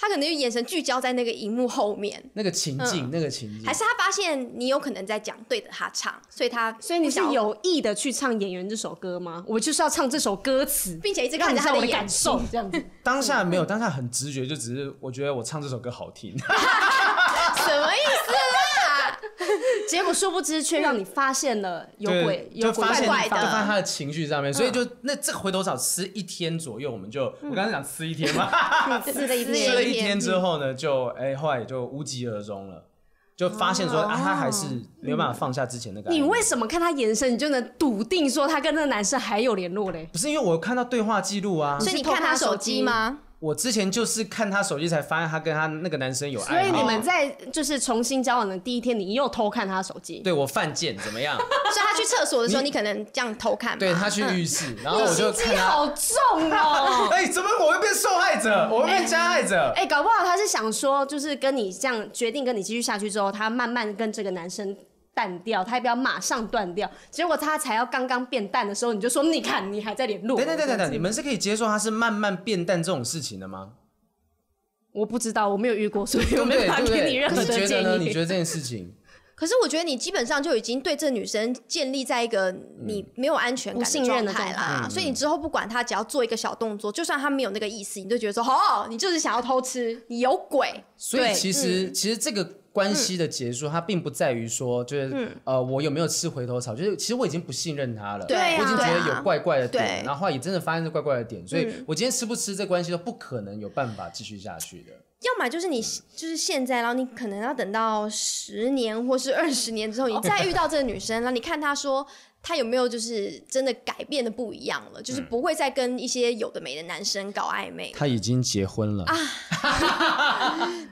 Speaker 2: 他可能就眼神聚焦在那个荧幕后面，
Speaker 1: 那个情境，
Speaker 2: 嗯
Speaker 1: 那个情境，
Speaker 2: 还是他发现你有可能在讲对着他唱，所以他
Speaker 3: 所以你
Speaker 2: 不
Speaker 3: 是
Speaker 2: 想要，
Speaker 3: 有意的去唱《演员》这首歌吗？我就是要唱这首歌词，
Speaker 2: 并且一直
Speaker 3: 让
Speaker 2: 看
Speaker 3: 你
Speaker 2: 着
Speaker 3: 知道
Speaker 2: 他
Speaker 3: 我的
Speaker 2: 眼
Speaker 3: 感受，这样子。
Speaker 1: 当下
Speaker 3: 嗯
Speaker 1: 没有，当下很直觉，就只是我觉得我唱这首歌好听。
Speaker 2: 什么意思啦？
Speaker 3: 结果殊不知却让你发现了有
Speaker 1: 对
Speaker 3: 鬼，有
Speaker 1: 就
Speaker 3: 鬼
Speaker 1: 发现
Speaker 2: 怪怪
Speaker 1: 就
Speaker 2: 的
Speaker 1: 发现他的情绪
Speaker 3: 嗯
Speaker 1: 上面，所以就那这个回头草吃一天左右，我们就我刚才讲吃一天 嘛，
Speaker 3: 撕嗯了一嗯
Speaker 2: 撕
Speaker 1: 吃
Speaker 2: 了
Speaker 1: 了
Speaker 3: 遍。
Speaker 1: 一天之后呢，就哎后来就无疾而终了，就发现说啊他还是没有办法放下之前那个爱
Speaker 3: 哦你
Speaker 1: 恋。
Speaker 3: 为什么看他眼神，你就能笃定说他跟那个男生还有联络嘞？
Speaker 1: 不是因为我看到对话记录啊，
Speaker 2: 所以你
Speaker 3: 是偷
Speaker 2: 看他
Speaker 3: 看
Speaker 2: 手
Speaker 3: 手
Speaker 2: 机
Speaker 3: 机
Speaker 2: 吗？
Speaker 1: 我之前就是看他手机才发现他跟他那个男生有
Speaker 3: 所
Speaker 1: 爱
Speaker 3: 以
Speaker 1: 好。
Speaker 3: 你们在就是重新交往的第一天，你又偷看他手机。
Speaker 1: 对我犯贱怎 么样？
Speaker 2: 所以他去厕所的时候，
Speaker 1: 你
Speaker 2: 你可能这样偷看嘛。
Speaker 1: 对他去浴室，然后
Speaker 3: 你
Speaker 1: 我就
Speaker 3: 心机
Speaker 1: 看他。
Speaker 3: 好重哦、
Speaker 1: 哎、怎么我会变受害者？我会变加害者？
Speaker 3: 哎、搞不好他是想说，就是跟你这样决定跟你继续下去之后，他慢慢跟这个男生淡掉，他也不要马上断掉。结果他才要刚刚变淡的时候，你就说你看你还在联络。
Speaker 1: 等等等等
Speaker 3: 这样
Speaker 1: 等，
Speaker 3: 子
Speaker 1: 你们是可以接受他是慢慢变淡这种事情的吗？
Speaker 3: 我不知道，我没有遇过，所以
Speaker 1: 对
Speaker 3: 我
Speaker 1: 不
Speaker 3: 没
Speaker 1: 对？
Speaker 3: 有办
Speaker 1: 对
Speaker 3: 法
Speaker 1: 不
Speaker 3: 给
Speaker 1: 对？
Speaker 3: 你任何
Speaker 1: 你觉
Speaker 3: 的
Speaker 1: 得呢？
Speaker 3: 建
Speaker 1: 你觉
Speaker 3: 议。
Speaker 1: 得这件事情，
Speaker 2: 可是我觉得你基本上就已经对这女生建立在一个
Speaker 1: 嗯
Speaker 2: 你没有安全感
Speaker 3: 不信任的
Speaker 2: 态
Speaker 3: 状态
Speaker 2: 啦，所以你之后不管她，只要做一个小动作，就算她没有那个意思，你就觉得说 哦，你就是想要偷吃，你有鬼。
Speaker 1: 所以
Speaker 2: 嗯
Speaker 1: 其实、其实这个关系的结束，它并不在于说就是、呃我有没有吃回头草，就是其实我已经不信任他了，
Speaker 2: 对啊
Speaker 1: 我已经觉
Speaker 2: 对
Speaker 1: 得
Speaker 2: 啊
Speaker 1: 有怪怪的点，
Speaker 2: 对
Speaker 1: 然后后来也真的发现是怪怪的点，所以我今天吃不吃这关系都不可能有办法继续下去的。
Speaker 2: 要么就是
Speaker 1: 嗯
Speaker 2: 你就是现在，然后你可能要等到十年或是二十年之后，你再遇到这个女生，然后你看她说他有没有就是真的改变的不一样了，
Speaker 1: 嗯
Speaker 2: 就是不会再跟一些有的没的男生搞暧昧。
Speaker 1: 他已经结婚了，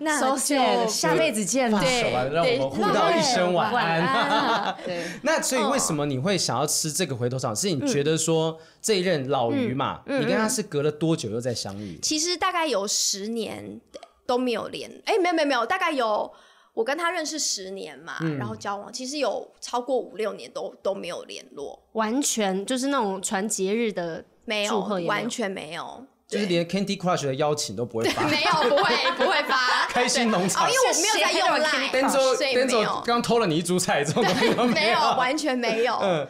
Speaker 2: 那
Speaker 3: So
Speaker 2: 就
Speaker 3: sad，下辈子见了。
Speaker 2: 对
Speaker 1: 手吧让我们互道一声晚安。
Speaker 3: 对，
Speaker 1: 那所以为
Speaker 2: 哦
Speaker 1: 什么你会想要吃这个回头草？是你觉得说这一任老于嘛，
Speaker 2: 嗯
Speaker 1: 你跟他是隔了多久又再相遇？
Speaker 2: 其实大概有十年都没有联，哎、没有没有没有，大概有我跟他认识十年嘛，
Speaker 1: 嗯
Speaker 2: 然后交往，其实有超过五六年都都没有联络，
Speaker 3: 完全就是那种传节日的
Speaker 2: 没有
Speaker 3: 祝贺也没，有
Speaker 2: 完全没有，
Speaker 1: 就是
Speaker 2: 对
Speaker 1: 连 Candy Crush 的邀请都不会发。
Speaker 2: 没有，不会不会吧？
Speaker 1: 开心农场
Speaker 2: 哦，因为我没有在用
Speaker 3: 是谁
Speaker 2: Line，
Speaker 3: 会
Speaker 1: 登州
Speaker 2: 所以
Speaker 1: 登
Speaker 2: 没
Speaker 1: 州
Speaker 2: 有，
Speaker 1: 刚偷了你一株菜，这 种东西都
Speaker 2: 没有，
Speaker 1: 有。
Speaker 2: 完全没有。
Speaker 1: 嗯，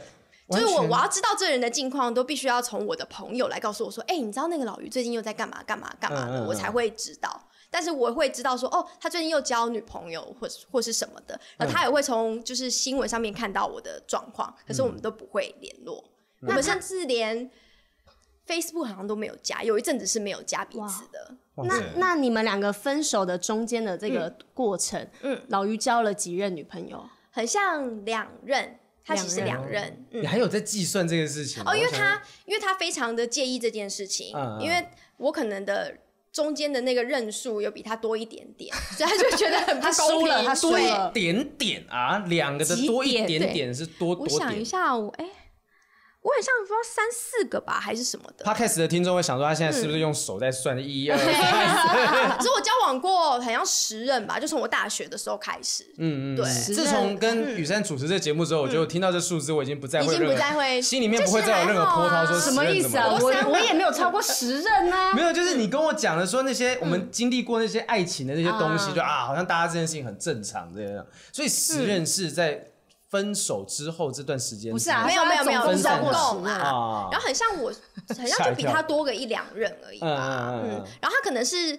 Speaker 2: 就是我
Speaker 1: 完全
Speaker 2: 我要知道这人的近况，都必须要从我的朋友来告诉我说，哎、你知道那个老于最近又在干嘛干嘛干嘛的，
Speaker 1: 嗯嗯嗯
Speaker 2: 我才会知道。但是我会知道说，哦，他最近又交女朋友或是或是什么
Speaker 1: 嗯
Speaker 2: 的，然后他也会从就是新闻上面看到我的状况，
Speaker 1: 嗯
Speaker 2: 可是我们都不会联络，我们甚至连 Facebook 好像都没有加，有一阵子是没有加彼此的。
Speaker 1: 哇
Speaker 3: 那
Speaker 1: 塞
Speaker 3: 那你们两个分手的中间的这个过程，
Speaker 2: 嗯
Speaker 3: 老于交了几任女朋友？
Speaker 2: 很像两任，他其实
Speaker 3: 两
Speaker 2: 两任，嗯
Speaker 1: 你，还有在计算这个事情
Speaker 2: 哦，因为
Speaker 1: 我想说
Speaker 2: 他因为他非常的介意这件事情，
Speaker 1: 嗯嗯
Speaker 2: 因为我可能的中间的那个任数有比他多一点点，所以他就觉得很不
Speaker 3: 他
Speaker 2: 公
Speaker 3: 输
Speaker 2: 平。
Speaker 3: 了他输
Speaker 2: 对
Speaker 3: 了
Speaker 1: 点点啊，两个的
Speaker 3: 几
Speaker 1: 多一
Speaker 3: 点
Speaker 1: 点
Speaker 2: 对
Speaker 1: 点是多多
Speaker 2: 我想一
Speaker 1: 点。
Speaker 2: 下，我哎、我很像不知道三四个吧，还是什么的。
Speaker 1: Podcast 的听众会想说，他现在是不是用手在算一二
Speaker 2: 对，
Speaker 1: 三？
Speaker 2: 可是我交往过好像十任吧，就从我大学的时候开始，
Speaker 1: 嗯嗯，
Speaker 2: 对嗯
Speaker 1: 嗯自从跟雨珊主持这节目之后，我就听到这数字，我已经不再
Speaker 2: 已
Speaker 1: 会
Speaker 2: 经
Speaker 1: 任
Speaker 2: 不
Speaker 1: 何，
Speaker 2: 再会
Speaker 1: 心里面不会再有任何波涛，说
Speaker 2: 就是还好啊
Speaker 1: 十
Speaker 3: 什么
Speaker 1: 任
Speaker 3: 意
Speaker 1: 怎
Speaker 3: 思
Speaker 1: 么
Speaker 3: 啊？
Speaker 1: 了
Speaker 2: 我三
Speaker 3: 我我也没有超过十任啊
Speaker 1: 没。有，就是你跟我讲的说那些我
Speaker 2: 嗯
Speaker 1: 们经历过那些爱情的那些东西，就啊，好像大家这件事情很正常这样。所以十任是在分手之后这段时间之内，
Speaker 3: 不是啊，
Speaker 2: 没有没有没有
Speaker 3: 他说他总共
Speaker 1: 分散
Speaker 3: 过十任
Speaker 2: 啊
Speaker 1: 啊，
Speaker 2: 然后很像我，很像就比他多个一两任而已吧。
Speaker 1: 嗯嗯嗯嗯
Speaker 2: 嗯
Speaker 1: 嗯，
Speaker 2: 然后他可能是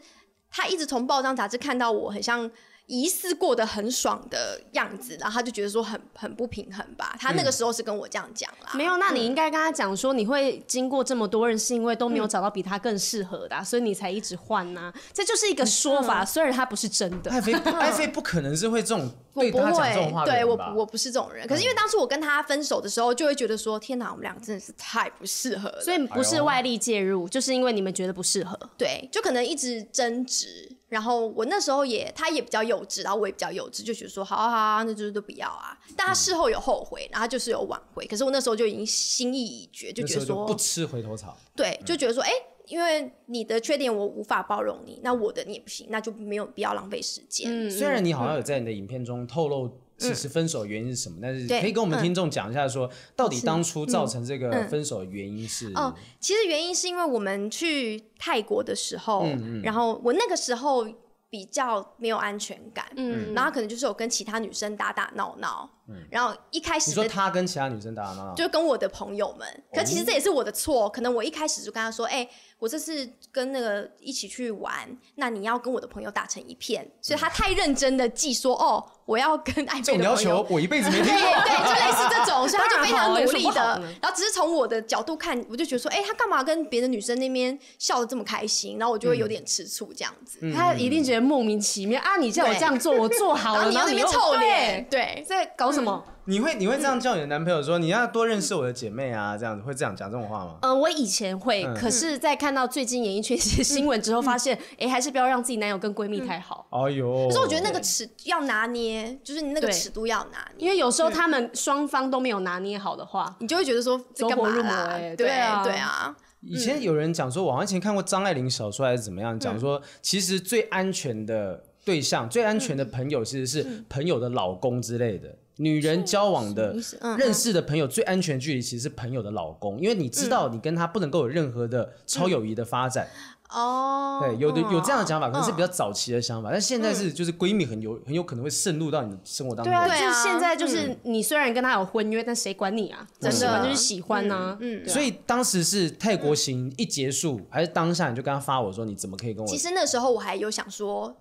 Speaker 2: 他一直从报章杂志看到我很像疑似过得很爽的样子，然后他就觉得说很很不平衡吧。他
Speaker 1: 嗯
Speaker 2: 那个时候是跟我这样讲啦。
Speaker 3: 没有，那你应该跟他讲说，你会经过这么多人，是因为都没有找到比他更适合的啊、所以你才一直换呐、这就是一个说
Speaker 2: 嗯
Speaker 3: 法，虽然它不是真
Speaker 2: 哎
Speaker 3: 的。
Speaker 1: 艾菲艾菲不可能是会这种
Speaker 2: 我
Speaker 1: 对
Speaker 2: 不
Speaker 1: 他讲这种话
Speaker 2: 会，
Speaker 1: 的
Speaker 2: 对
Speaker 1: 人
Speaker 2: 我
Speaker 1: 吧嗯
Speaker 2: 不我不是这种人。可是因为当初我跟他分手的时候，就会觉得说，天哪，我们俩真的是太不适合了。
Speaker 3: 所以不
Speaker 1: 哎
Speaker 3: 是
Speaker 1: 呦
Speaker 3: 外力介入，就是因为你们觉得不适合。
Speaker 2: 对，就可能一直争执。然后我那时候也，他也比较幼稚，然后我也比较幼稚，就觉得说，好啊好啊，那就是都不要啊。但他事后有后悔，然后他就是有挽回。可是我那时候就已经心意已决，就
Speaker 1: 那
Speaker 2: 觉
Speaker 1: 时
Speaker 2: 得
Speaker 1: 候就不
Speaker 2: 说，
Speaker 1: 吃回头草。
Speaker 2: 对，就觉得说，哎、因为你的缺点我无法包容你，那我的你也不行，那就没有必要浪费时间。
Speaker 1: 虽然
Speaker 2: 嗯
Speaker 1: 你好像有在你的影片中透露其实分手的原因是什么，但是
Speaker 2: 对嗯
Speaker 1: 可以跟我们听众讲一下说，到底当初造成这个分手的原因是？
Speaker 2: 哦，其实原因是因为我们去泰国的时候，
Speaker 1: 嗯
Speaker 2: 然后我那个时候比较没有安全感，嗯，然后可能就是有跟其他女生打打闹闹，然后一开
Speaker 1: 嗯你
Speaker 2: 始
Speaker 1: 说
Speaker 2: 的
Speaker 1: 他哦跟其他女生打打闹闹，
Speaker 2: 就跟我的朋友们，可其实这也是我的错。可能我一开始就跟他说：“哎、我这次跟那个一起去玩，那你要跟我的朋友打成一片。”所以他太认真的记说：“哦，我要跟爱
Speaker 1: 这
Speaker 2: 妃
Speaker 1: 种
Speaker 2: 的
Speaker 1: 要
Speaker 2: 朋友
Speaker 1: 求。”我一辈子没
Speaker 2: 对
Speaker 1: 听过。
Speaker 2: 对， 就类似这种，所以他就非常
Speaker 3: 当然好啊有
Speaker 2: 努
Speaker 3: 什么
Speaker 2: 力
Speaker 3: 不好
Speaker 2: 的
Speaker 3: 呢。
Speaker 2: 然后只是从我的角度看，我就觉得说，哎、他干嘛跟别的女生那边笑的这么开心？然后我就会有点吃醋这样子。
Speaker 3: 他一
Speaker 1: 嗯
Speaker 3: 定觉得莫名其妙啊！你叫我
Speaker 2: 嗯对
Speaker 3: 这样做，我做好
Speaker 2: 然后
Speaker 3: 了，
Speaker 2: 你
Speaker 3: 然
Speaker 2: 又在那边
Speaker 3: 后你又
Speaker 2: 臭
Speaker 3: 嗯哦对
Speaker 2: 脸，嗯对，
Speaker 3: 在搞什么？
Speaker 1: 你会你会这样叫你的男朋友说，你要多认识我的姐妹啊，这样子会这样讲这种话吗？
Speaker 3: 呃，我以前会，
Speaker 2: 嗯
Speaker 3: 可是，在看到最近演艺圈一些新闻之后，发现，哎、还是不要让自己男友跟闺
Speaker 2: 嗯
Speaker 3: 蜜太好，
Speaker 1: 哎呦，可
Speaker 2: 可是我觉得那个尺要拿捏，就是你那个
Speaker 3: 对
Speaker 2: 尺度要拿捏，
Speaker 3: 哦因为有时候他们双方都没有拿捏好的话，
Speaker 2: 你就会觉得说这干嘛
Speaker 3: 走火入魔
Speaker 2: 啦？
Speaker 3: 欸
Speaker 2: 对
Speaker 3: 对啊
Speaker 2: 对啊，
Speaker 1: 以前有人讲说，我好像以前看过张爱玲小说还是怎么样，
Speaker 2: 嗯
Speaker 1: 讲说其实最安全的对象、最安全的
Speaker 2: 嗯
Speaker 1: 朋友其实是朋友的老公之类的。女人交往的
Speaker 2: 是嗯
Speaker 1: 认识的朋友最安全距离其实是朋友的老公，因为你知道
Speaker 2: 嗯
Speaker 1: 你跟他不能够有任何的超友谊的发展。
Speaker 2: 哦，嗯
Speaker 1: 对，有的有这样的
Speaker 2: 讲，
Speaker 1: 讲法，可能是比较早期的想法，但现在是就是闺蜜很有很有可能会渗入到你的生活当中。
Speaker 3: 对啊，
Speaker 2: 对啊
Speaker 3: 就是现在就是你虽然跟他有婚约，但谁管你啊？
Speaker 2: 真的
Speaker 3: 喜欢就是喜欢啊呢、
Speaker 2: 嗯。
Speaker 1: 所以当时是泰国行一结束，还是当下你就跟他发我说你怎么可以跟我嗯
Speaker 2: 其实那时候我还有想说，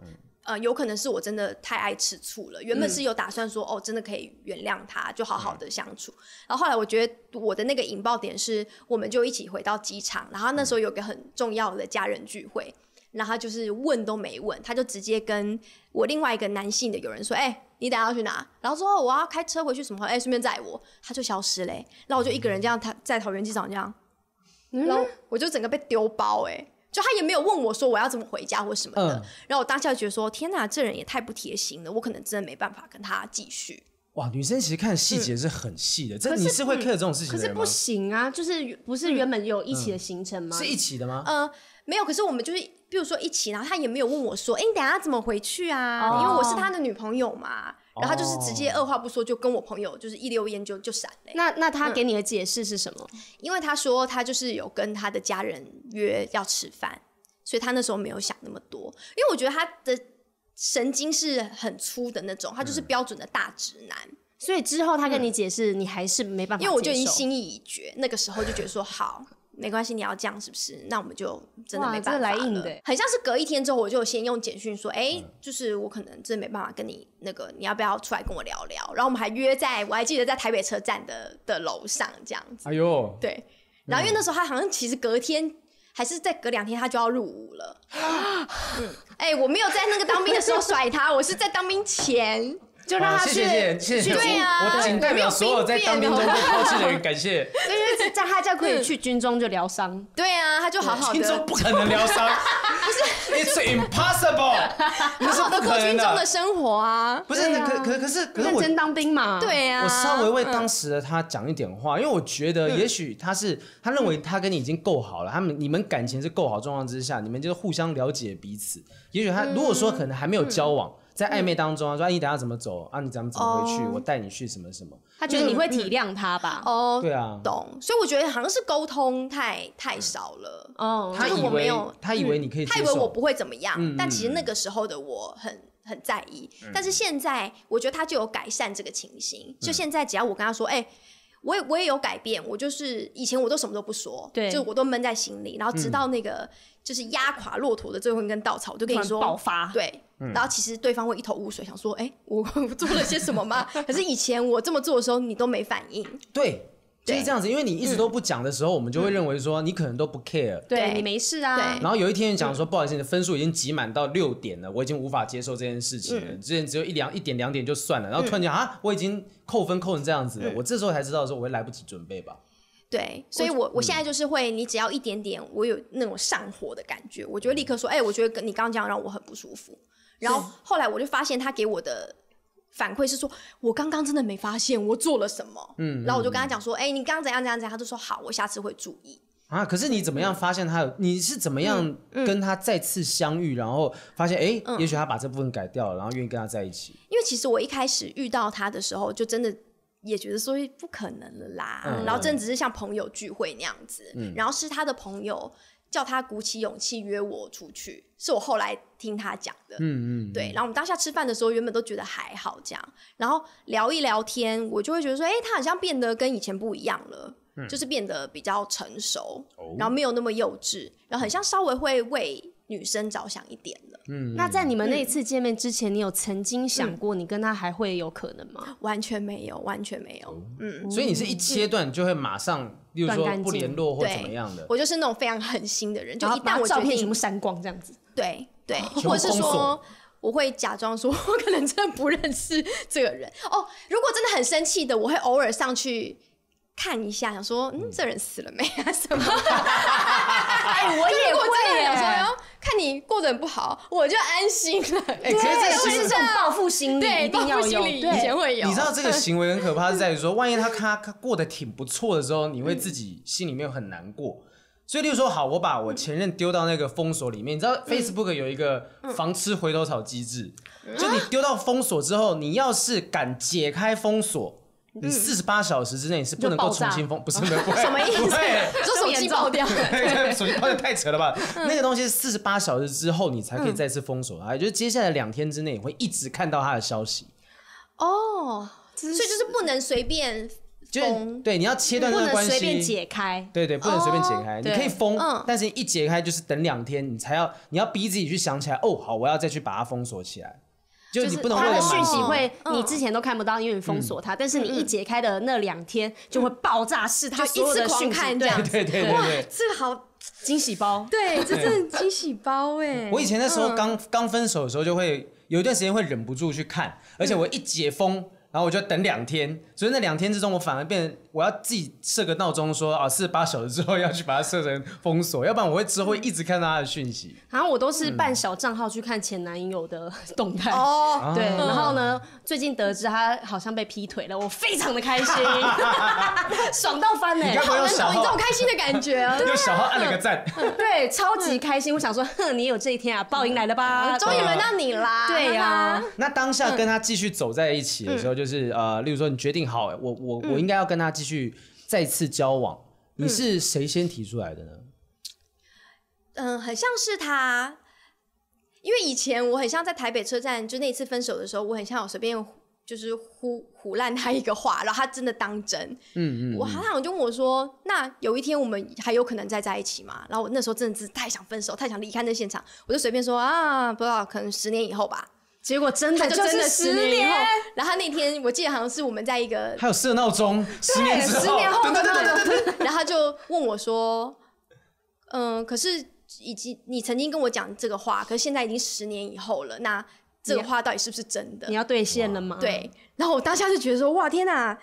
Speaker 2: 呃，有可能是我真的太爱吃醋了。原本是有打算说，哦，真的可以原谅他，就好好
Speaker 1: 嗯
Speaker 2: 的相处。然后后来我觉得我的那个引爆点是，我们就一起回到机场，然后那时
Speaker 1: 嗯
Speaker 2: 候有个很重要的家人聚会，然后他就是问都没问，他就直接跟我另外一个男性的友人说，哎、你等下要去哪？然后说哦我要开车回去什么？哎、顺便载我，他就消失嘞、然后我就一个人这
Speaker 1: 嗯
Speaker 2: 样，他在桃园机场这样，然后我就整个被丢包哎、就他也没有问我说我要怎么回家或什么的，
Speaker 1: 嗯
Speaker 2: 然后我当下就觉得说天哪，这人也太不贴心了，我可能真的没办法跟他继续。
Speaker 1: 哇，女生其实看细节是很细的，这你是会 care 这种事情
Speaker 3: 可
Speaker 1: 的
Speaker 3: 是
Speaker 1: 人
Speaker 3: 不
Speaker 1: 吗？
Speaker 3: 行啊，就是不是原本有一起的行程吗？
Speaker 1: 是一起的吗？
Speaker 2: 呃，没有，可是我们就是，比如说一起，然后他也没有问我说，哎、你等一下怎么回去啊？
Speaker 3: 哦
Speaker 2: 因为我是他的女朋友嘛，然后他就是直接
Speaker 1: 哦
Speaker 2: 二话不说就跟我朋友就是一溜烟就就闪了、欸
Speaker 3: 那那他给你的解释是什么？
Speaker 2: 因为他说他就是有跟他的家人约要吃饭，所以他那时候没有想那么多，因为我觉得他的神经是很粗的那种，他就是标准的大直男，
Speaker 3: 所以之后他跟你解释，你还是没办法接
Speaker 2: 因
Speaker 3: 受，
Speaker 2: 为我就已经心意已决，那个时候就觉得说好。没关系，你要这样是不是？那我们就真的
Speaker 3: 哇
Speaker 2: 没
Speaker 3: 这
Speaker 2: 办法
Speaker 3: 来
Speaker 2: 了。
Speaker 3: 硬的欸
Speaker 2: 很像是隔一天之后，我就先用简讯说，哎、
Speaker 1: 嗯
Speaker 2: 就是我可能真的没办法跟你那个，你要不要出来跟我聊聊？然后我们还约在，我还记得在台北车站的的楼上这样子。
Speaker 1: 哎呦，
Speaker 2: 对，然后
Speaker 1: 嗯
Speaker 2: 因为那时候他好像其实隔天还是再隔两天他就要入伍 了。嗯，哎、我没有在那个当兵的时候甩他，我是在当兵前。
Speaker 3: 就让
Speaker 1: 啊
Speaker 3: 他去
Speaker 1: 谢谢谢谢，
Speaker 3: 去
Speaker 2: 对啊
Speaker 1: 我仅代表所有在当兵中被抛弃的人感谢。
Speaker 3: 对对，在他家可以去军中就疗 伤。
Speaker 2: 对啊，他就好好
Speaker 1: 军中
Speaker 2: 的。
Speaker 1: 不可能疗伤，不是，It's impossible，你是
Speaker 2: 好
Speaker 1: 不
Speaker 2: 的
Speaker 1: 可
Speaker 2: 过
Speaker 1: 能
Speaker 2: 军中的生活啊，
Speaker 1: 不是，可可可是可是
Speaker 3: 认
Speaker 1: 我
Speaker 3: 真当兵嘛，，
Speaker 2: 对啊，嗯
Speaker 1: 我稍微为当时的他讲一点话，因为我觉得也许他是他认为他跟你已经够好了，他们你们感情是够好状况之下，你们就是互相了解彼此。也许他如果说可能还没有交
Speaker 2: 嗯
Speaker 1: 往，在暧昧当中啊，说啊你等下怎么走啊，你咱们怎么回去，我带你去什么什么。
Speaker 3: 他觉得你会体谅他吧？
Speaker 2: 嗯哦
Speaker 1: 对啊，
Speaker 2: 懂，所以我觉得好像是沟通太太少了。
Speaker 3: 哦，
Speaker 1: 他
Speaker 2: 就是
Speaker 1: 以
Speaker 2: 我没
Speaker 1: 为
Speaker 2: 有嗯
Speaker 1: 他以为你可以
Speaker 2: 他以
Speaker 1: 嗯接
Speaker 2: 为我
Speaker 1: 受，嗯
Speaker 2: 不会怎么样，但其实那个时候的我很很在意。但是现在，我觉得他就有改善这个情
Speaker 1: 嗯
Speaker 2: 形。就现在，只要我跟他说，哎、我也我也有改变，我就是以前我都什么都不说，
Speaker 3: 对
Speaker 2: 就我都闷在心里，然后直到
Speaker 1: 嗯
Speaker 2: 那个、就是压垮骆驼的最后一根稻草，我就跟你说
Speaker 3: 突然爆发
Speaker 2: 对。
Speaker 1: 嗯
Speaker 2: 然后其实对方会一头雾水，想说：“哎、我 我做了些什么吗？”可是以前我这么做的时候，你都没反应。
Speaker 1: 对，就是
Speaker 2: 对
Speaker 1: 这样子，因为你
Speaker 2: 嗯
Speaker 1: 一直都不讲的时候，我们就会认为说你可能都不 care。
Speaker 3: 对
Speaker 2: 对
Speaker 3: 你没事啊
Speaker 2: 对，
Speaker 1: 然后有一天你讲说，不好意思，你的分数已经挤满到六点了，我已经无法接受这件事情
Speaker 3: 嗯
Speaker 1: 了。之前只有一两一点两点就算了，然后突然间、啊，我已经扣分扣成这样子了，我这时候才知道说我会来不及准备吧。
Speaker 2: 对，所以我我现在就是嗯会，你只要一点点，我有那种上火的感觉，我就会立刻说，哎、我觉得跟你刚刚这样让我很不舒服。然后后来我就发现他给我的反馈是说，我刚刚真的没发现我做了什么，嗯，然后我就跟他讲说，哎、你刚刚怎样怎样怎样，他就说好，我下次会注意。
Speaker 3: 嗯
Speaker 1: 啊！可是你怎么样发现他有？你是怎么样跟他再次相遇，然后发现哎，诶
Speaker 3: 嗯
Speaker 1: 也许他把这部分改掉了，然后愿意跟他在一起？
Speaker 2: 因为其实我一开始遇到他的时候，就真的也觉得说不可能了啦，
Speaker 1: 嗯
Speaker 2: 然后真的只是像朋友聚会那样子，然后是他的朋友叫他鼓起勇气约我出去，是我后来听他讲的，
Speaker 1: 嗯嗯，
Speaker 2: 对，然后我们当下吃饭的时候，原本都觉得还好这样，然后聊一聊天，我就会觉得说，哎、他好像变得跟以前不一样了，
Speaker 1: 嗯
Speaker 2: 就是变得比较成熟，
Speaker 1: 哦
Speaker 2: 然后没有那么幼稚，然后很像稍微会为女生着想一点了，
Speaker 1: 嗯
Speaker 3: 那在你
Speaker 2: 嗯
Speaker 3: 们那一次见面之前，你有曾经想过你跟他还会有可能吗？
Speaker 2: 完全没有，完全没
Speaker 1: 哦
Speaker 2: 有，嗯，
Speaker 1: 所以你是一切断就会马上，例如
Speaker 3: 断
Speaker 1: 说
Speaker 3: 干净
Speaker 1: 不联络或
Speaker 2: 对
Speaker 1: 怎么样的，
Speaker 2: 我就是那种非常狠心的人，就
Speaker 3: 然
Speaker 2: 一
Speaker 3: 后把
Speaker 2: 旦我
Speaker 3: 照
Speaker 2: 决
Speaker 3: 片全
Speaker 2: 定
Speaker 3: 部，删光这样 子，
Speaker 2: 对对，
Speaker 1: 部
Speaker 2: 或者是
Speaker 1: 封
Speaker 2: 说
Speaker 1: 锁。
Speaker 2: 我会假装说，我可能真的不认识这个人哦。如果真的很生气的，我会偶尔上去看一下，想说，嗯，这人死了没啊？ 什么的？
Speaker 3: 哎，我
Speaker 2: 如果真的
Speaker 3: 耶
Speaker 2: 想说，哎呦看你过得很不好，我就安心了。
Speaker 1: 哎可是这
Speaker 3: 对
Speaker 1: 个
Speaker 3: 就是
Speaker 1: 行
Speaker 3: 这种报复心理，
Speaker 2: 对，
Speaker 3: 一定要
Speaker 2: 报复心
Speaker 3: 有。
Speaker 2: 理以前
Speaker 3: 对，
Speaker 2: 会有，
Speaker 1: 你知道这个行为很可怕，是在于说，万一他他他过得挺不错的时候，你会自己心里面很难过。所以，例如说，好，我把我前任丢到那个封锁里面，你知
Speaker 2: 嗯
Speaker 1: 道 Facebook 有一个防吃回头草机制，
Speaker 2: 嗯
Speaker 1: 就你丢到封锁之后，你要是敢解开封锁，
Speaker 2: 嗯
Speaker 1: 你四十八小时之内是不能够
Speaker 3: 就爆炸
Speaker 1: 重新封，不是不 会
Speaker 2: 什么意思
Speaker 1: 不会？
Speaker 2: 说手机爆 掉，
Speaker 1: 手机爆炸太扯了吧？
Speaker 2: 嗯
Speaker 1: 那个东西是四十八小时之后你才可以再次封锁它，也就是接下来两天之内你会一直看到他的消息。
Speaker 2: 哦，所以就是不能随便
Speaker 1: 就是
Speaker 2: 封
Speaker 1: 对，你要切断
Speaker 3: 不
Speaker 1: 这段
Speaker 3: 能
Speaker 1: 关系，
Speaker 3: 随便解开。
Speaker 1: 对对，不能随便解开，你
Speaker 3: 对
Speaker 1: 可以封，
Speaker 2: 嗯
Speaker 1: 但是一解开就是等两天，你才要，你要逼自己去想起来，哦，好，我要再去把它封锁起来，就
Speaker 3: 就
Speaker 1: 你
Speaker 3: 是
Speaker 1: 不能为
Speaker 3: 他
Speaker 1: 了
Speaker 3: 的
Speaker 1: 满
Speaker 3: 讯息
Speaker 1: 足
Speaker 3: 会，
Speaker 2: 嗯
Speaker 3: 你之前都看不到，因为你封锁他。但是你一解开的那两天，就会爆炸式，他所有
Speaker 2: 就一
Speaker 3: 的
Speaker 2: 次狂
Speaker 3: 讯息
Speaker 2: 看这
Speaker 3: 对
Speaker 2: 样
Speaker 1: 对对对
Speaker 2: 哇
Speaker 1: 对，
Speaker 2: 这个好，
Speaker 3: 惊喜包。
Speaker 2: 对，这真的惊喜包哎
Speaker 3: 嗯
Speaker 1: 我以前那时候刚刚分手的时候，就会有一段时间会忍不住去看，而且我一解封，然后我就等两天，所以那两天之中，我反而变，我要自己设个闹钟说啊，四十八小时之后要去把它设成封锁，要不然我会之后会一直看到他的讯息。
Speaker 3: 好像我都
Speaker 1: 嗯
Speaker 3: 是办小账号去看前男友的动态。
Speaker 2: 哦，
Speaker 3: 对，
Speaker 1: 啊
Speaker 3: 然后呢？最近得知他好像被劈腿了，我非常的开心，爽到翻呢、欸
Speaker 1: 你该不
Speaker 2: 好
Speaker 1: 会用
Speaker 2: 难
Speaker 1: 小
Speaker 2: 懂你这种
Speaker 1: 号，
Speaker 2: 开心的感觉 啊！
Speaker 1: 用小号按了个赞。
Speaker 3: 对，超级开心。我想说，哼，你也有这一天啊，报应来了吧？
Speaker 2: 嗯终于轮到你啦！
Speaker 3: 对呀、
Speaker 1: 那当下跟他继续走在一起的时候，就是、呃，例如说你决定好，我我我应该要跟他继续再次交往，你是谁先提出来的呢？
Speaker 2: 嗯，很像是他，因为以前我很像在台北车站，就那一次分手的时候，我很像有随便就是胡胡烂他一个话，然后他真的当真。
Speaker 1: 嗯嗯，
Speaker 2: 我他好像就问我说：“那有一天我们还有可能再在一起吗？”然后我那时候真的是太想分手，太想离开那现场，我就随便说啊，不知道，可能十年以后吧。
Speaker 3: 结果真
Speaker 2: 他
Speaker 3: 的
Speaker 2: 就
Speaker 3: 真
Speaker 2: 真
Speaker 3: 的
Speaker 2: 的
Speaker 3: 十
Speaker 2: 十年以后，然后他那天我记得好像是我们在一个
Speaker 1: 还有设闹钟，十年之后，
Speaker 2: 十
Speaker 3: 哦
Speaker 2: 年后
Speaker 1: 等等等等等等，
Speaker 2: 然后他就问我说：“嗯、可是已经你曾经跟我讲这个话，可是现在已经十年以后了，那这个话到底是不是真的
Speaker 3: 你要嗯兑现了吗？，
Speaker 2: 对？”然后我当下就觉得说：“哇，天哪！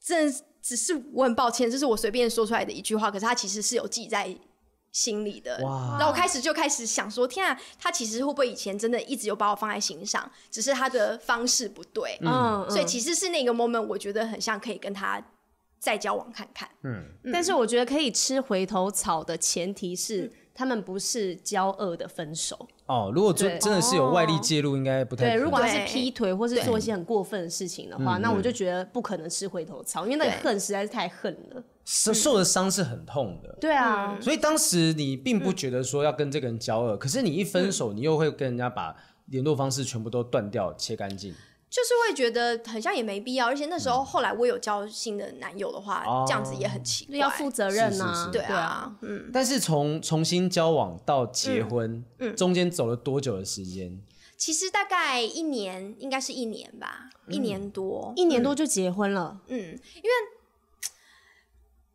Speaker 2: 这只是我很抱歉，这是我随便说出来的一句话，可是他其实是有记在心里的。”
Speaker 1: 哇
Speaker 2: 然后我开始就开始想说：“天啊，他其实会不会以前真的一直有把我放在心上，只是他的方式不对？”
Speaker 3: 嗯，
Speaker 2: 所以
Speaker 3: 嗯
Speaker 2: 其实是那个 moment，我觉得很像可以跟他再交往看看。
Speaker 3: 但是我觉得可以吃回头草的前提是，他们不是交恶的分手。
Speaker 1: 哦，如果真
Speaker 3: 对
Speaker 1: 真的是有外力介入，应该不太可
Speaker 3: 对，
Speaker 1: 能
Speaker 3: 如果他是
Speaker 2: 对
Speaker 3: 劈腿或是做一些很过分的事情的话，那我就觉得不可能吃回头草，因为那个
Speaker 2: 对
Speaker 3: 恨实在是太恨了。
Speaker 1: 受受的伤是很痛的。
Speaker 3: 对啊，
Speaker 1: 所以当时你并不觉得说要跟这个人交恶，可是你一分手，你又会跟人家把联络方式全部都断掉、切干净。
Speaker 2: 就是会觉得很像也没必要，而且那时候后来我有交新的男友的话，
Speaker 1: 哦
Speaker 2: 这样子也很奇
Speaker 3: 就
Speaker 2: 怪。
Speaker 3: 要负责任啊
Speaker 1: 是是是。
Speaker 2: 对，啊，嗯，
Speaker 1: 但是从重新交往到结婚，中间走了多久的时间？
Speaker 2: 其实大概一年，应该是一年吧，一年多，
Speaker 3: 一年多就结婚了，
Speaker 2: 嗯，因为。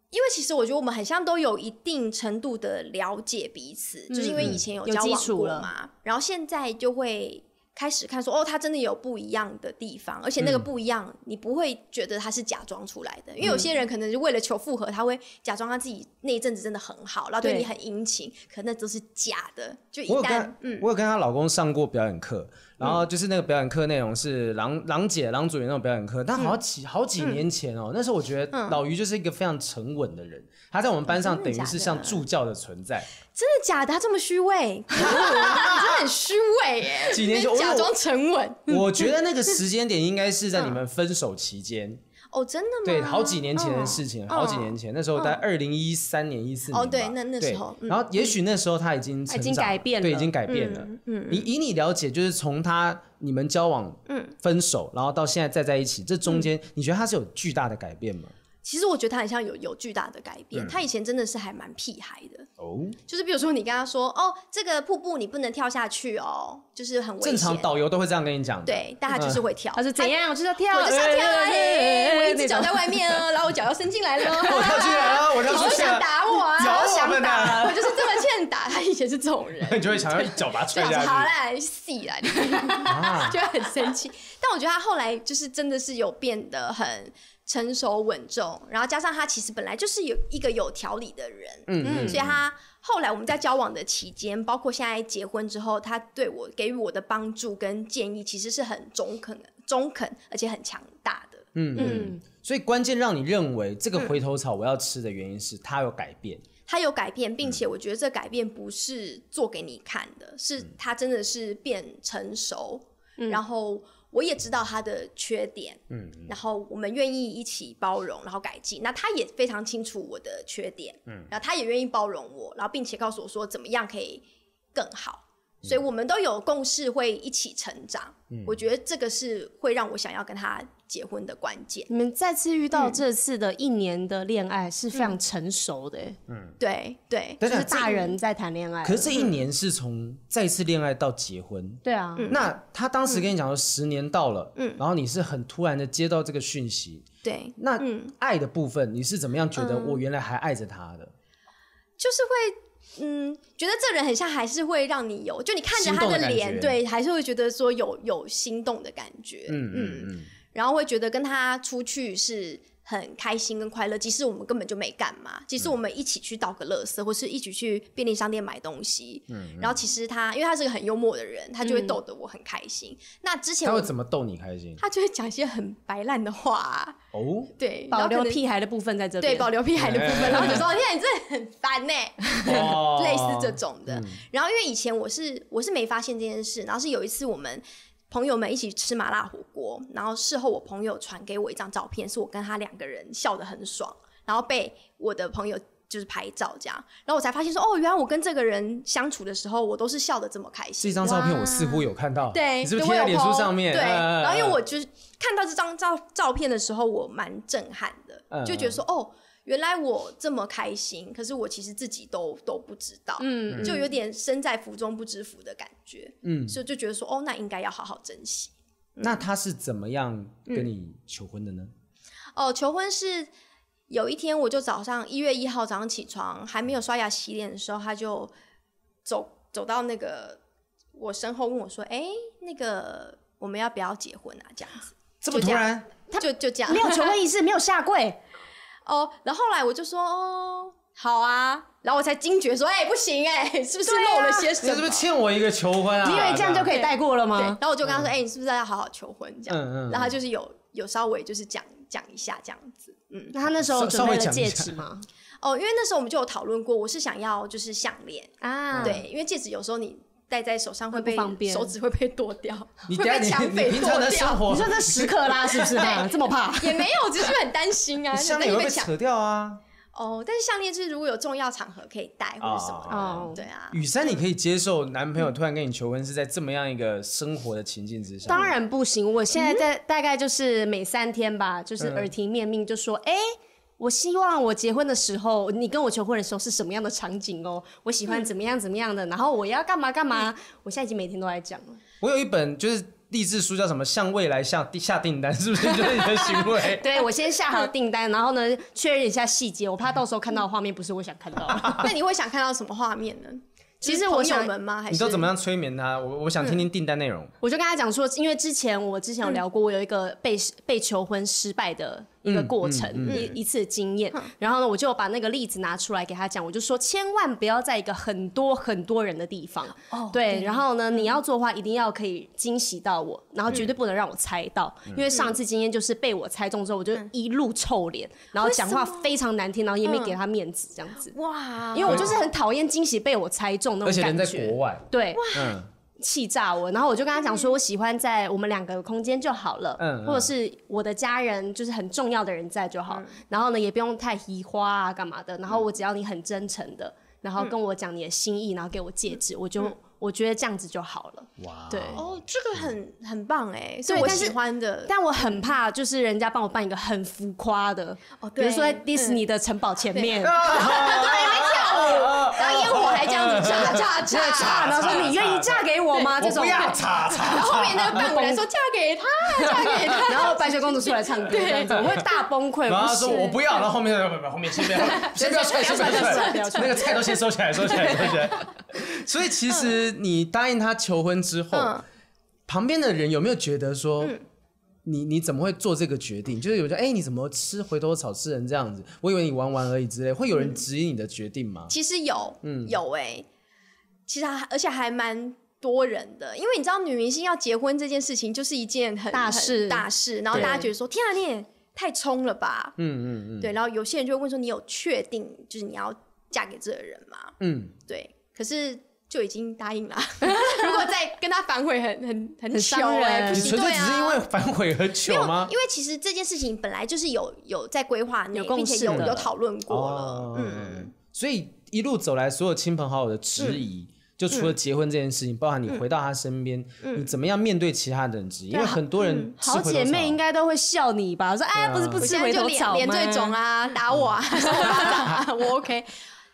Speaker 2: 因为其实我觉得我们很像都有一定程度的了解彼此，就是因为
Speaker 1: 嗯
Speaker 2: 以前有
Speaker 3: 有
Speaker 2: 交
Speaker 3: 基
Speaker 2: 往
Speaker 3: 础
Speaker 2: 过
Speaker 3: 了
Speaker 2: 嘛，然后现在就会开始看说，哦，他真的有不一样的地方，而且
Speaker 1: 嗯
Speaker 2: 那个不一样，你不会觉得他是假装出来的，因为有些人可能是为了求复合，他会假装他自己那一阵子真的很好，然后对
Speaker 3: 对
Speaker 2: 你很殷勤，可那都是假的，就一
Speaker 1: 我有跟
Speaker 2: 旦嗯
Speaker 1: 她，我有跟她老公上过表演课，然后就是那个表演课内容是郎郎姐、郎主演那种表演课，但好
Speaker 2: 嗯
Speaker 1: 几好几年前哦，那时候我觉得老于就是一个非常沉稳的人，他在我们班上
Speaker 2: 哦真
Speaker 1: 等
Speaker 2: 的
Speaker 1: 于是
Speaker 2: 假
Speaker 1: 像
Speaker 2: 的
Speaker 1: 助教的 存在，
Speaker 2: 真的假的，他这么虚伪， 可恶你真的很虚伪耶，
Speaker 1: 几年就
Speaker 2: 假装嗯沉稳，
Speaker 1: 我觉得那 个时间点应该是在你们分手期间，
Speaker 2: 哦，真的吗？
Speaker 1: 对，好几年前的事情，好几年前，那时候在二零一三年、一四年吧。
Speaker 2: 哦对那那时候
Speaker 1: 对
Speaker 2: 嗯
Speaker 1: 然后也许那时候他已经成长
Speaker 3: 已经改变了
Speaker 1: 对，已经改变了。以以你了解，就是从他你们交往、分手，然后到现在再在一起，这中间你觉得他是有巨大的改变吗？
Speaker 2: 其实我觉得他很像有有巨大的改变，他以前真的是还蛮屁孩的，
Speaker 1: 哦，
Speaker 2: 就是比如说你跟他说哦，这个瀑布你不能跳下去哦，就是很危
Speaker 1: 正常嗯
Speaker 2: 险，
Speaker 1: 导游都会这样跟你讲。，
Speaker 2: 对，但他就是会跳，
Speaker 3: 他是怎样？我就是要跳，
Speaker 2: 我就是要跳啊，
Speaker 3: 哎
Speaker 2: 嘿我一只脚
Speaker 3: 那
Speaker 2: 在
Speaker 3: 种
Speaker 2: 外面哦，然后我脚要伸进来了哦，
Speaker 1: 我跳进来了，我
Speaker 2: 你
Speaker 1: 跳
Speaker 2: 就
Speaker 1: 出去
Speaker 2: 想
Speaker 1: 了，
Speaker 2: 打我啊，
Speaker 1: 咬
Speaker 2: 我
Speaker 1: 我们
Speaker 2: 想打，我
Speaker 1: 呢。
Speaker 2: 就是这么欠打，他以前是这种人
Speaker 1: 你就会想要一脚把他
Speaker 2: 就
Speaker 1: 踹
Speaker 2: 想说
Speaker 1: 下
Speaker 2: 好
Speaker 1: 去。
Speaker 2: 啦，你死啦，你
Speaker 1: 啊
Speaker 2: 就会很生气。但我觉得他后来就是真的是有变得很成熟稳重，然后加上他其实本来就是有一个有条理的人，
Speaker 1: 嗯
Speaker 2: 所以他后来我们在交往的期间，包括现在结婚之后，他对我给予我的帮助跟建议，其实是很中肯、中肯而且很强大的。
Speaker 1: 嗯嗯。
Speaker 3: 嗯，
Speaker 1: 所以关键让你认为这个回头草我要吃的原因是他有改变。
Speaker 2: 他有改变，并且我觉得这改变不是做给你看的，是他真的是变成熟，然后我也知道他的缺点，嗯，然后我们愿意一起包容，然后改进。那他也非常清楚我的缺点，嗯，然后他也愿意包容我，然后并且告诉我说怎么样可以更好。所以我们都有共识，会一起成长。我觉得这个是会让我想要跟他结婚的关键。
Speaker 3: 你们再次遇到这次的一年的恋爱是非常成熟的，哎
Speaker 2: 对对，
Speaker 1: 但
Speaker 3: 就是大人在谈恋爱了。
Speaker 1: 可是这一年是从再次恋爱到结婚，
Speaker 3: 对啊，
Speaker 2: 嗯
Speaker 1: 那他当时跟你讲说十年到了，然后你是很突然的接到这个讯息，
Speaker 2: 对，嗯
Speaker 1: 那爱的部分你是怎么样觉得我原来还爱着他的？
Speaker 2: 就是会嗯，觉得这人很像，还是会让你有，就你看着他
Speaker 1: 心动的感
Speaker 2: 脸，
Speaker 1: 觉
Speaker 2: 对，还是会觉得说有有心动的感觉，
Speaker 1: 嗯
Speaker 2: 嗯
Speaker 1: 嗯嗯，
Speaker 2: 然后会觉得跟他出去是很开心跟快乐，即使我们根本就没干嘛，即使我们一起去倒个垃圾，或是一起去便利商店买东西，
Speaker 1: 嗯
Speaker 2: 然后其实他，因为他是个很幽默的人，他就会逗得我很开心。那之前
Speaker 1: 嗯他
Speaker 2: 我
Speaker 1: 会怎么逗你开心？
Speaker 2: 他就会讲一些很白烂的话啊、
Speaker 1: 哦，
Speaker 2: 对，
Speaker 3: 保留
Speaker 2: 然后可能
Speaker 3: 屁孩的部分在这边。
Speaker 2: 对保留屁孩的部分，然后就 说：“天啊，你真的很烦欸呢、
Speaker 1: 哦
Speaker 2: 类似这种的。然后因为以前我是我是没发现这件事，然后是有一次我们朋友们一起吃麻辣火锅，然后事后我朋友传给我一张照片，是我跟他两个人笑得很爽，然后被我的朋友。就是拍照这样，然后我才发现说，哦，原来我跟这个人相处的时候，我都是笑得这么开心
Speaker 1: 这。张照片
Speaker 3: 哇
Speaker 1: 我似乎有看到，
Speaker 2: 对，
Speaker 1: 你是
Speaker 2: 对
Speaker 1: 不是
Speaker 2: 我
Speaker 1: 贴在
Speaker 2: 有
Speaker 1: 脸书
Speaker 2: po，
Speaker 1: 上面？
Speaker 2: 对，
Speaker 1: 嗯
Speaker 2: 然后因为我就是看到这张照照片的时候，我蛮震撼的，
Speaker 1: 嗯
Speaker 2: 就觉得说哦，原来我这么开心，可是我其实自己都都不知道，
Speaker 3: 嗯，
Speaker 2: 就有点身在福中不知福的感觉，
Speaker 1: 嗯，
Speaker 2: 所以就觉得说哦，那应该要好好珍惜。
Speaker 1: 那他是怎么样跟你求婚的呢？
Speaker 2: 哦，求婚是有一天，我就早上一月一号早上起床，还没有刷牙洗脸的时候，他就走走到那个我身后问我说：“哎、那个我们要不要结婚啊？”这样子，
Speaker 1: 这么
Speaker 2: 就
Speaker 1: 突
Speaker 2: 这样
Speaker 1: 然，
Speaker 2: 就就这样，
Speaker 3: 没有求婚仪式，没有下跪，
Speaker 2: 哦。然后后来我就说：“哦，好啊。”然后我才惊觉说：“哎、不行哎、是不是
Speaker 3: 啊
Speaker 2: 漏了些什
Speaker 1: 你
Speaker 2: 么？”
Speaker 1: 是不是欠我一个求婚啊？
Speaker 3: 你以为这样就可以带过了
Speaker 2: 对，
Speaker 3: 吗
Speaker 2: 然？后我就跟他说：“哎、你是不是要好好求婚？”这样，
Speaker 1: 嗯嗯嗯
Speaker 2: 然后他就是有有稍微就是讲讲一下这样子，嗯，
Speaker 3: 那他那时候
Speaker 1: 稍
Speaker 3: 准备
Speaker 1: 稍微
Speaker 3: 了
Speaker 1: 讲一
Speaker 3: 戒
Speaker 1: 下
Speaker 3: 指吗？
Speaker 2: 哦，因为那时候我们就有讨论过，我是想要就是项链，
Speaker 1: 嗯
Speaker 3: 啊，
Speaker 2: 对，因为戒指有时候你戴在手上会被
Speaker 3: 会不方便
Speaker 2: 手指会被剁掉，
Speaker 1: 你
Speaker 2: 会
Speaker 1: 等下
Speaker 2: 被
Speaker 1: 你
Speaker 2: 抢
Speaker 1: 你
Speaker 2: 匪
Speaker 1: 平
Speaker 2: 剁
Speaker 1: 常的生
Speaker 2: 掉，
Speaker 1: 活
Speaker 3: 你，说这十克拉是不是啊？这么怕？
Speaker 2: 也没有，只是很担心啊，
Speaker 1: 你
Speaker 2: 就
Speaker 1: 项
Speaker 2: 担
Speaker 1: 链
Speaker 2: 心被
Speaker 1: 也会被
Speaker 2: 抢。
Speaker 1: 扯掉啊。
Speaker 2: 哦，但是项链是如果有重要场合可以戴或者什么的，
Speaker 3: 哦
Speaker 2: 对啊，
Speaker 1: 雨珊，你可以接受男
Speaker 3: 嗯
Speaker 1: 朋友突然跟你求婚是在这么样一个生活的情境之下？
Speaker 3: 当，然不行，我现在在大概就是每三天吧，就是
Speaker 1: 嗯
Speaker 3: 耳提面命，就说，哎、我希望我结婚的时候，你跟我求婚的时候是什么样的场景哦？我喜欢怎么样怎么样的，然后我要干嘛干嘛。我现在已经每天都在讲了，？
Speaker 1: 我有一本就是励志书，叫什么《向未来下下订单》，是不是就是你的行为
Speaker 3: 对我先下好订单，然后呢确认一下细节，我怕到时候看到的画面不是我想看到的。
Speaker 1: 哦
Speaker 2: 那你会想看到什么画面呢？
Speaker 3: 其
Speaker 2: 就是
Speaker 3: 实我
Speaker 2: 朋友
Speaker 3: 想
Speaker 2: 们吗？还是
Speaker 1: 你都怎么样催眠他？我我想听听订单内容。
Speaker 3: 我就跟他讲说，因为之前我之前有聊过，我有一个被、被求婚失败的一个过程，
Speaker 1: 嗯
Speaker 3: 一一次经验。然后呢，我就把那个例子拿出来给他讲，我就说千万不要在一个很多很多人的地方。
Speaker 2: 哦
Speaker 3: 对，然后呢，你要做的话，一定要可以惊喜到我，然后绝对不能让我猜到，因为上次经验就是被我猜中之后，我就一路臭脸，然后讲话非常难听，然后也没给他面子，这样子。
Speaker 2: 哇，
Speaker 3: 因为我就是很讨厌惊喜被我猜中那
Speaker 1: 而
Speaker 3: 种
Speaker 1: 且人在
Speaker 3: 感觉
Speaker 1: 国。外，
Speaker 3: 对，
Speaker 1: 嗯，
Speaker 3: 气炸我，然后我就跟他讲说，我喜欢在我们两个空间就好了，
Speaker 1: 嗯嗯
Speaker 3: 或者是我的家人就是很重要的人在就好，然后呢也不用太移花啊干嘛的，然后我只要你很真诚的，然后跟我讲你的心意，然后给我戒指，我就、我觉得这样子就好了。
Speaker 1: 哇，
Speaker 3: 对
Speaker 2: 哦，这个很很棒哎，是我
Speaker 3: 但是
Speaker 2: 喜欢的。
Speaker 3: 但我很怕，就是人家帮我办一个很浮夸的，
Speaker 2: 哦
Speaker 3: 比如说在
Speaker 2: 对
Speaker 3: 迪士尼的城堡前面，
Speaker 1: 哦
Speaker 3: 哎
Speaker 2: 然后烟火还这样
Speaker 3: 嗯
Speaker 2: 子炸炸炸
Speaker 3: 啊，然后说你愿意嫁给我吗？啊这种，
Speaker 1: 查查，
Speaker 2: 后 面那个伴舞
Speaker 3: 嗯
Speaker 2: 来说嫁给他，嫁给他。
Speaker 3: 然后白雪公主出来唱歌，这样子，我会大崩溃。
Speaker 1: 然后他
Speaker 3: 不
Speaker 1: 说
Speaker 3: 行
Speaker 1: 我不要，然后后面不不不后面 先不要，先不要踹，先不要
Speaker 3: 不要嗯
Speaker 1: 踹，
Speaker 3: 踹
Speaker 1: 那个菜都先收起来，收起来，收起来。所以其实你答应他求婚之后
Speaker 2: 嗯，
Speaker 1: 旁边的人有没有觉得说？你你怎么会做这个决定？就是有人说，哎、你怎么吃回头草吃人这样子？我以为你玩玩而已之类，会有人质疑你的决定吗？
Speaker 2: 其实有，
Speaker 3: 嗯
Speaker 2: 有哎、其实还而且还蛮多人的，因为你知道女明星要结婚这件事情就是一件很
Speaker 3: 大
Speaker 2: 很
Speaker 3: 事
Speaker 2: 大事，然后
Speaker 1: 对
Speaker 2: 大家觉得说天啊，你也太冲了吧，
Speaker 1: 嗯嗯嗯
Speaker 2: 对，然后有些人就会问说你有确定就是你要嫁给这个人吗？
Speaker 1: 嗯，
Speaker 2: 对，可是。就已经答应了， 如果再跟他反悔很，很很
Speaker 3: 很伤
Speaker 2: 糗哎、
Speaker 3: 人
Speaker 2: 不
Speaker 1: 你
Speaker 2: 行，
Speaker 1: 纯
Speaker 2: 对
Speaker 1: 粹只是因为
Speaker 2: 啊，
Speaker 1: 反悔而求吗？
Speaker 2: 因为其实这件事情本来就是有有在规划内，
Speaker 3: 有共
Speaker 2: 并且
Speaker 3: 识
Speaker 2: 有
Speaker 3: 的
Speaker 2: 有讨论过了
Speaker 1: 哦，
Speaker 2: 嗯，
Speaker 1: 所以一路走来，所有亲朋好友的质疑，就除了结婚这件事情，包含你回到他身边，你怎么样面对其他的人质疑？因为很多人吃
Speaker 3: 嗯好
Speaker 1: 回头
Speaker 3: 姐妹
Speaker 1: 草
Speaker 3: 应该都会笑你吧？说
Speaker 1: 对
Speaker 3: 哎，
Speaker 1: 啊
Speaker 3: 不是不
Speaker 2: 我
Speaker 3: 吃
Speaker 2: 现
Speaker 3: 回
Speaker 2: 在就
Speaker 3: 头
Speaker 2: 脸
Speaker 3: 草
Speaker 2: 脸
Speaker 3: 吗嗯
Speaker 2: 最肿 啊，打我啊，扇我巴掌啊， 我 OK。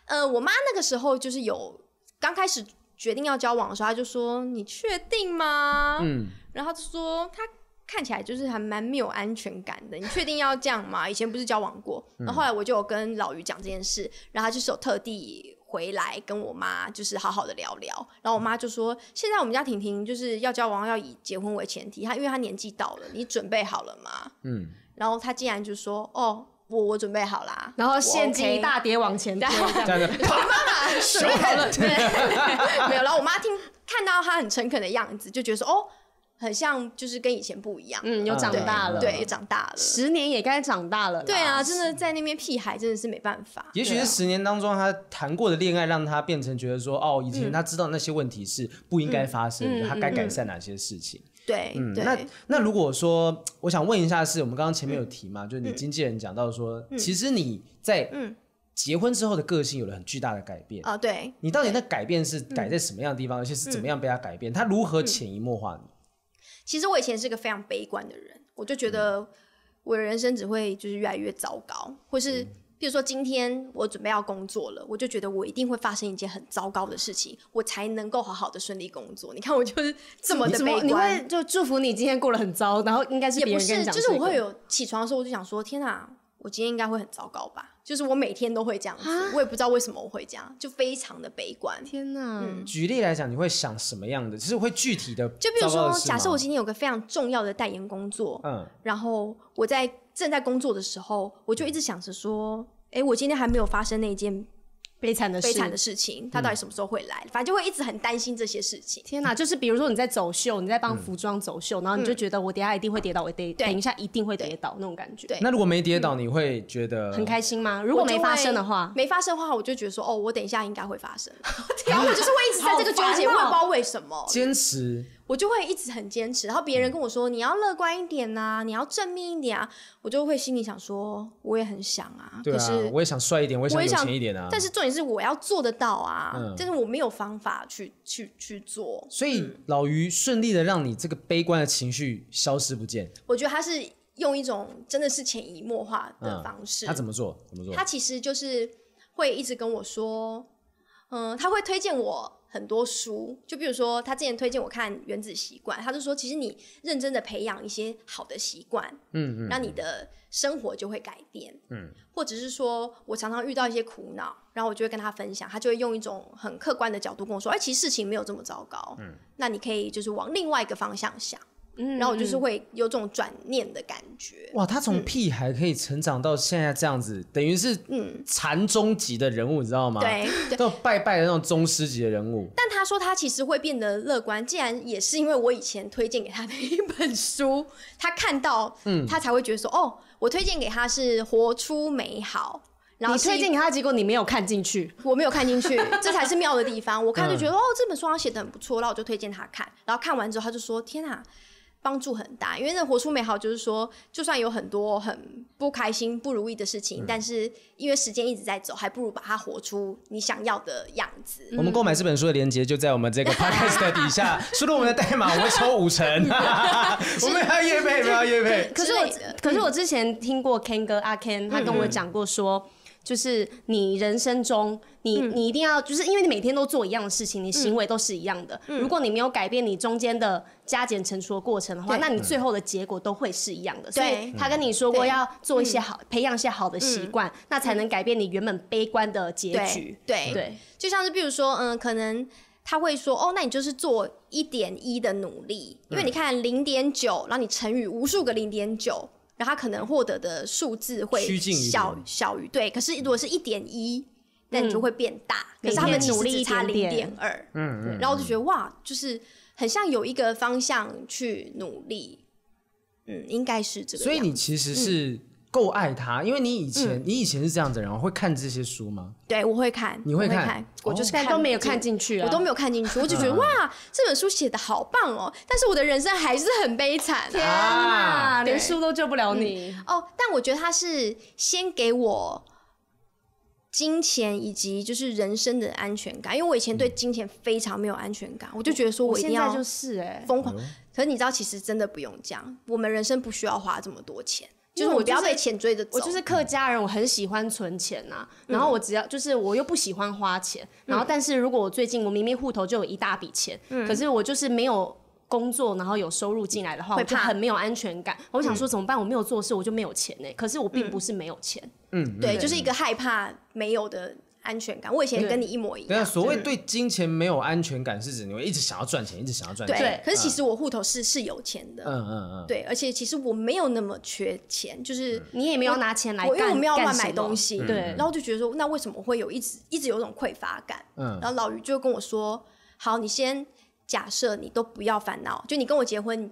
Speaker 2: 呃，我妈那个时候就是有刚开始决定要交往的时候，她就说：“你确定吗？”
Speaker 1: 嗯，
Speaker 2: 然后她就说她看起来就是还蛮没有安全感的，你确定要这样吗？以前不是交往过，然后后来我就有跟老于讲这件事，然后他就是有特地回来跟我妈就是好好的聊聊，然后我妈就说，现在我们家婷婷就是要交往要以结婚为前提，她因为她年纪到了，你准备好了吗？
Speaker 1: 嗯，
Speaker 2: 然后她竟然就说，哦，我我准备好啦，
Speaker 3: 然后
Speaker 2: 我
Speaker 3: 现金
Speaker 2: OK
Speaker 3: 一大叠往 前丢，
Speaker 1: 这样子，
Speaker 2: 我妈妈很凶，对， 没有。然后我妈听看到她很诚恳的样子，就觉得说哦，很像就是跟以前不一样，
Speaker 3: 嗯，有长大了，啊
Speaker 1: 嗯
Speaker 2: 对，也长大了。
Speaker 3: 十年也该长大了啦，
Speaker 2: 对啊，真的在那边屁孩真的是没办法。
Speaker 1: 也许是十年当中他谈过的恋爱，让他变成觉得说，哦，以
Speaker 2: 嗯
Speaker 1: 前他知道那些问题是不应该发生的，他该改善哪些事情。
Speaker 2: 对嗯
Speaker 1: 嗯，那
Speaker 2: 对，
Speaker 1: 那如果说，我想问一下，是我们刚刚前面有提嘛，就是你经纪人讲到说，
Speaker 2: 嗯
Speaker 1: 其实你在结婚之后的个性有了很巨大的改变。
Speaker 2: 啊，对，
Speaker 1: 你到底那改变是改
Speaker 2: 嗯
Speaker 1: 在什么样的地方，而且是怎么样被他改变？他如何潜移默化你？
Speaker 2: 其实我以前是个非常悲观的人，我就觉
Speaker 3: 嗯
Speaker 2: 得我的人生只会就是越来越糟糕，或是
Speaker 3: 嗯
Speaker 2: 比如说今天我准备要工作了，我就觉得我一定会发生一件很糟糕的事情，我才能够好好的顺利工作。你看我就是这么的
Speaker 3: 怎
Speaker 2: 悲
Speaker 3: 么你
Speaker 2: 观。
Speaker 3: 会就祝福你今天过得很糟，然后应该是
Speaker 2: 也
Speaker 3: 别
Speaker 2: 不
Speaker 3: 人跟
Speaker 2: 是，
Speaker 3: 你讲
Speaker 2: 就
Speaker 3: 这
Speaker 2: 是
Speaker 3: 个，
Speaker 2: 我会有起床的时候，我就想说，天啊，我今天应该会很糟糕吧？就是我每天都会这样
Speaker 3: 啊
Speaker 2: 子，我也不知道为什么我会这样，就非常的悲观。
Speaker 3: 天哪，
Speaker 2: 嗯
Speaker 1: 举例来讲，你会想什么样的？就是会具体的，
Speaker 2: 就比如
Speaker 1: 糟糕
Speaker 2: 说
Speaker 1: 的，事吗
Speaker 2: 假设我今天有个非常重要的代言工作，
Speaker 1: 嗯，
Speaker 2: 然后我在正在工作的时候，我就一直想着说，哎，我今天还没有发生那件
Speaker 3: 悲惨的事，
Speaker 2: 悲惨的事
Speaker 1: 嗯
Speaker 2: 情，它到底什么时候会来？反正就会一直很担心这些事情。
Speaker 3: 天哪，就是比如说你在走秀，你在帮服装走秀，
Speaker 2: 嗯
Speaker 3: 然后你就觉得我等一下一定会跌倒，我等等一下一定会跌倒那种感觉，
Speaker 2: 对
Speaker 1: 那如果没跌
Speaker 2: 嗯
Speaker 1: 倒，你会觉得
Speaker 3: 很开心吗？如果
Speaker 2: 我就
Speaker 3: 没发
Speaker 2: 会
Speaker 3: 生的话，
Speaker 2: 没发生的话，我就觉得说，哦，我等一下应该会 发生。然后我 就是会一直在这个纠结，
Speaker 3: 好烦哦
Speaker 2: 我也不知道为什么。
Speaker 1: 坚持。
Speaker 2: 我就会一直很坚持。然后别人跟我说你要乐观一点呐、你要正面一点啊，我就会心里想说，我也很想啊，
Speaker 1: 对
Speaker 2: 可
Speaker 1: 啊，
Speaker 2: 是
Speaker 1: 我也想帅一点，我也
Speaker 2: 我也
Speaker 1: 有
Speaker 2: 想
Speaker 1: 钱一点啊。
Speaker 2: 但是重点是我要做得到啊，
Speaker 1: 嗯
Speaker 2: 但是我没有方法去去去做。
Speaker 1: 所以老于顺利的让你这个悲观的情绪消失不见。
Speaker 2: 我觉得他是用一种真的是潜移默化的方式，
Speaker 1: 他怎么做？怎么做
Speaker 2: 他？其实就是会一直跟我说，嗯、他会推荐我很多书，就比如说他之前推荐我看《原子习惯》，他就说其实你认真的培养一些好的习惯，
Speaker 1: 嗯嗯，
Speaker 2: 让你的生活就会改变，嗯，或者是说我常常遇到一些苦恼，然后我就会跟他分享，他就会用一种很客观的角度跟我说，哎、其实事情没有这么糟糕，嗯，那你可以就是往另外一个方向想，
Speaker 3: 嗯
Speaker 2: 然后我就是
Speaker 3: 嗯
Speaker 2: 会有种转念的感觉，
Speaker 1: 哇，他从屁孩可以成长到现在这样子，等于是禅宗级的人物，你知道吗？，
Speaker 2: 嗯对对。
Speaker 1: 都拜拜的那种宗师级的人物。
Speaker 2: 但他说他其实会变得乐观，既然也是因为我以前推荐给他的一本书，他看到，嗯，他才会觉得说，哦，我推荐给他是活出美好。然后
Speaker 3: 你
Speaker 2: 是
Speaker 3: 推荐给他，结果你没有看进去，
Speaker 2: 我没有看进 去，这才是妙的地方。我看就觉得、
Speaker 3: 嗯
Speaker 2: 哦，这本书好像写的很不错，然后我就推荐他看。然后看完之后，他就说：“天啊，帮助很大。”因为那活出美好就是说，就算有很多很不开心、不如意的事
Speaker 3: 嗯
Speaker 2: 情，但是因为时间一直在走，还不如把它活出你想要的样子。
Speaker 3: 嗯
Speaker 1: 我们购买这本书的链接就在我们这个 podcast 的底下，输入我们的代码，我们抽五成。
Speaker 2: 嗯
Speaker 1: 我们要夜配，我们要夜配。
Speaker 3: 可是
Speaker 2: 之
Speaker 3: 我
Speaker 2: 类的，嗯
Speaker 3: 可是我之前听过 Ken 哥阿 Ken，他跟我讲过说，就是你人生中，你
Speaker 2: 嗯
Speaker 3: 你一定要，就是因为你每天都做一样的事情，你行为都是一样的。
Speaker 2: 嗯
Speaker 3: 如果你没有改变你中间的加减乘除的过程的话，
Speaker 2: 对
Speaker 3: 那你最后的结果都会是一样的。所以
Speaker 2: 对
Speaker 3: 他跟你说过
Speaker 2: 对
Speaker 3: 要做一些好，培养一些好的习惯，那才能改变你原本悲观的结局嗯
Speaker 2: 对。对
Speaker 3: 对，
Speaker 2: 就像是比如说，嗯，可能他会说，哦，那你就是做一点一的努力，因为你看零点九，然后你乘以无数个零点九，然后他可能获得的数字会
Speaker 1: 趋近于零
Speaker 2: 小小于对，可是如果是一点一。那你就会变大，可是他们
Speaker 3: 嗯每
Speaker 2: 其
Speaker 3: 天
Speaker 2: 实
Speaker 3: 努力
Speaker 2: 只
Speaker 3: 一
Speaker 2: 差
Speaker 3: 点
Speaker 2: 零
Speaker 3: 点
Speaker 2: 点二，
Speaker 1: 嗯
Speaker 2: 然后我就觉得哇，就是很像有一个方向去努力，嗯，应该是这个样子。
Speaker 1: 所以你其实
Speaker 2: 嗯
Speaker 1: 是够爱他，因为你以前你以前是这样子的人哦，会看这些书吗？
Speaker 2: 对我会看，
Speaker 1: 你
Speaker 2: 我
Speaker 1: 会
Speaker 2: 会
Speaker 1: 看哦
Speaker 2: 我就是
Speaker 3: 但
Speaker 2: 看
Speaker 3: 都没有
Speaker 2: 不进
Speaker 3: 看进去啊，嗯
Speaker 2: 我都没有看进去，我就觉得哇，这本书写的好棒哦，但是我的人生还是很悲惨
Speaker 3: 天
Speaker 2: 啊。
Speaker 3: 哪，
Speaker 1: 啊
Speaker 3: 连
Speaker 2: 对
Speaker 3: 书都救不了你。
Speaker 2: 哦，但我觉得他是先给我金钱以及就是人生的安全感，因为我以前对金钱非常没有安全感，我就觉得说
Speaker 3: 我
Speaker 2: 一定
Speaker 3: 现
Speaker 2: 要
Speaker 3: 在就是哎，
Speaker 2: 疯狂。可是你知道，其实真的不用这样，我们人生不需要花这么多钱，就是我们不要被钱追着走。嗯
Speaker 3: 我就是客家人，我很喜欢存钱呐、然后我只要就是我又不喜欢花钱，然后但是如果我最近我明明户头就有一大笔钱，
Speaker 2: 嗯
Speaker 3: 可是我就是没有。工作，然后有收入进来的话，我
Speaker 2: 会
Speaker 3: 就
Speaker 2: 怕嗯
Speaker 3: 很没有安全感。我想说怎么办？我没有欸做事，我就没有钱呢、可是我并不是没有钱，
Speaker 2: 对，就是一个害怕没有的安全感。我以前跟你一模一
Speaker 3: 啊
Speaker 1: 等一下，
Speaker 2: 样。
Speaker 1: 所谓对金钱没有安全感，是指你会一直想要赚钱，一直想要赚钱。
Speaker 2: 对，可是其
Speaker 1: 嗯
Speaker 2: 实我户头是是有钱的，
Speaker 1: 嗯嗯嗯，
Speaker 2: 对，而且其实我没有那么缺钱，就是
Speaker 3: 你也没有拿钱来
Speaker 2: 我因为
Speaker 3: 干
Speaker 2: 我们要
Speaker 3: 干
Speaker 2: 乱
Speaker 3: 什
Speaker 2: 买
Speaker 3: 么
Speaker 2: 东 西，
Speaker 1: 嗯
Speaker 3: 对
Speaker 2: 然后就觉得说，那为什么会有一直一直有一种匮乏感？
Speaker 1: 嗯
Speaker 2: 然后老于就跟我说，好，你先假设你都不要烦恼，就你跟我结婚，你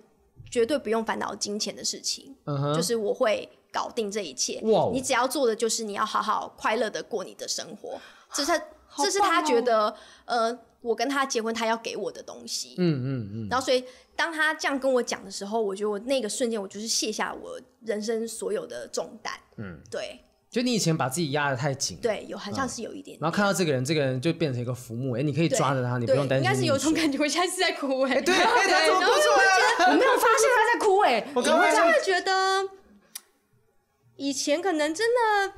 Speaker 2: 绝对不用烦恼金钱的事情，
Speaker 1: 嗯哼，
Speaker 2: 就是我会搞定这一切
Speaker 1: 哇哦，
Speaker 2: 你只要做的就是你要好好快乐的过你的生活，这是他，这是
Speaker 3: 棒
Speaker 2: 他
Speaker 3: 哦
Speaker 2: 觉得，呃，我跟他结婚，他要给我的东西，
Speaker 1: 嗯嗯嗯，
Speaker 2: 然后，所以当他这样跟我讲的时候，我觉得我那个瞬间，我就是卸下我人生所有的重担。
Speaker 1: 嗯嗯
Speaker 2: 嗯，对
Speaker 1: 就你以前把自己压得太紧，，
Speaker 2: 对，有很像是有一点点，
Speaker 1: 然后看到这个人，这个人就变成一个浮木，哎，你可以
Speaker 2: 对
Speaker 1: 抓着他，你不
Speaker 2: 对
Speaker 1: 用担
Speaker 2: 应
Speaker 1: 心溺水。
Speaker 2: 该是有一种感觉，我现在是在哭哎、
Speaker 1: 对，哎，他怎么哭出来啊了？
Speaker 3: 欸 我没有发现他在哭哎、欸，
Speaker 1: 我
Speaker 2: 因
Speaker 1: 刚
Speaker 2: 为
Speaker 1: 刚
Speaker 2: 就会觉得以前可能真的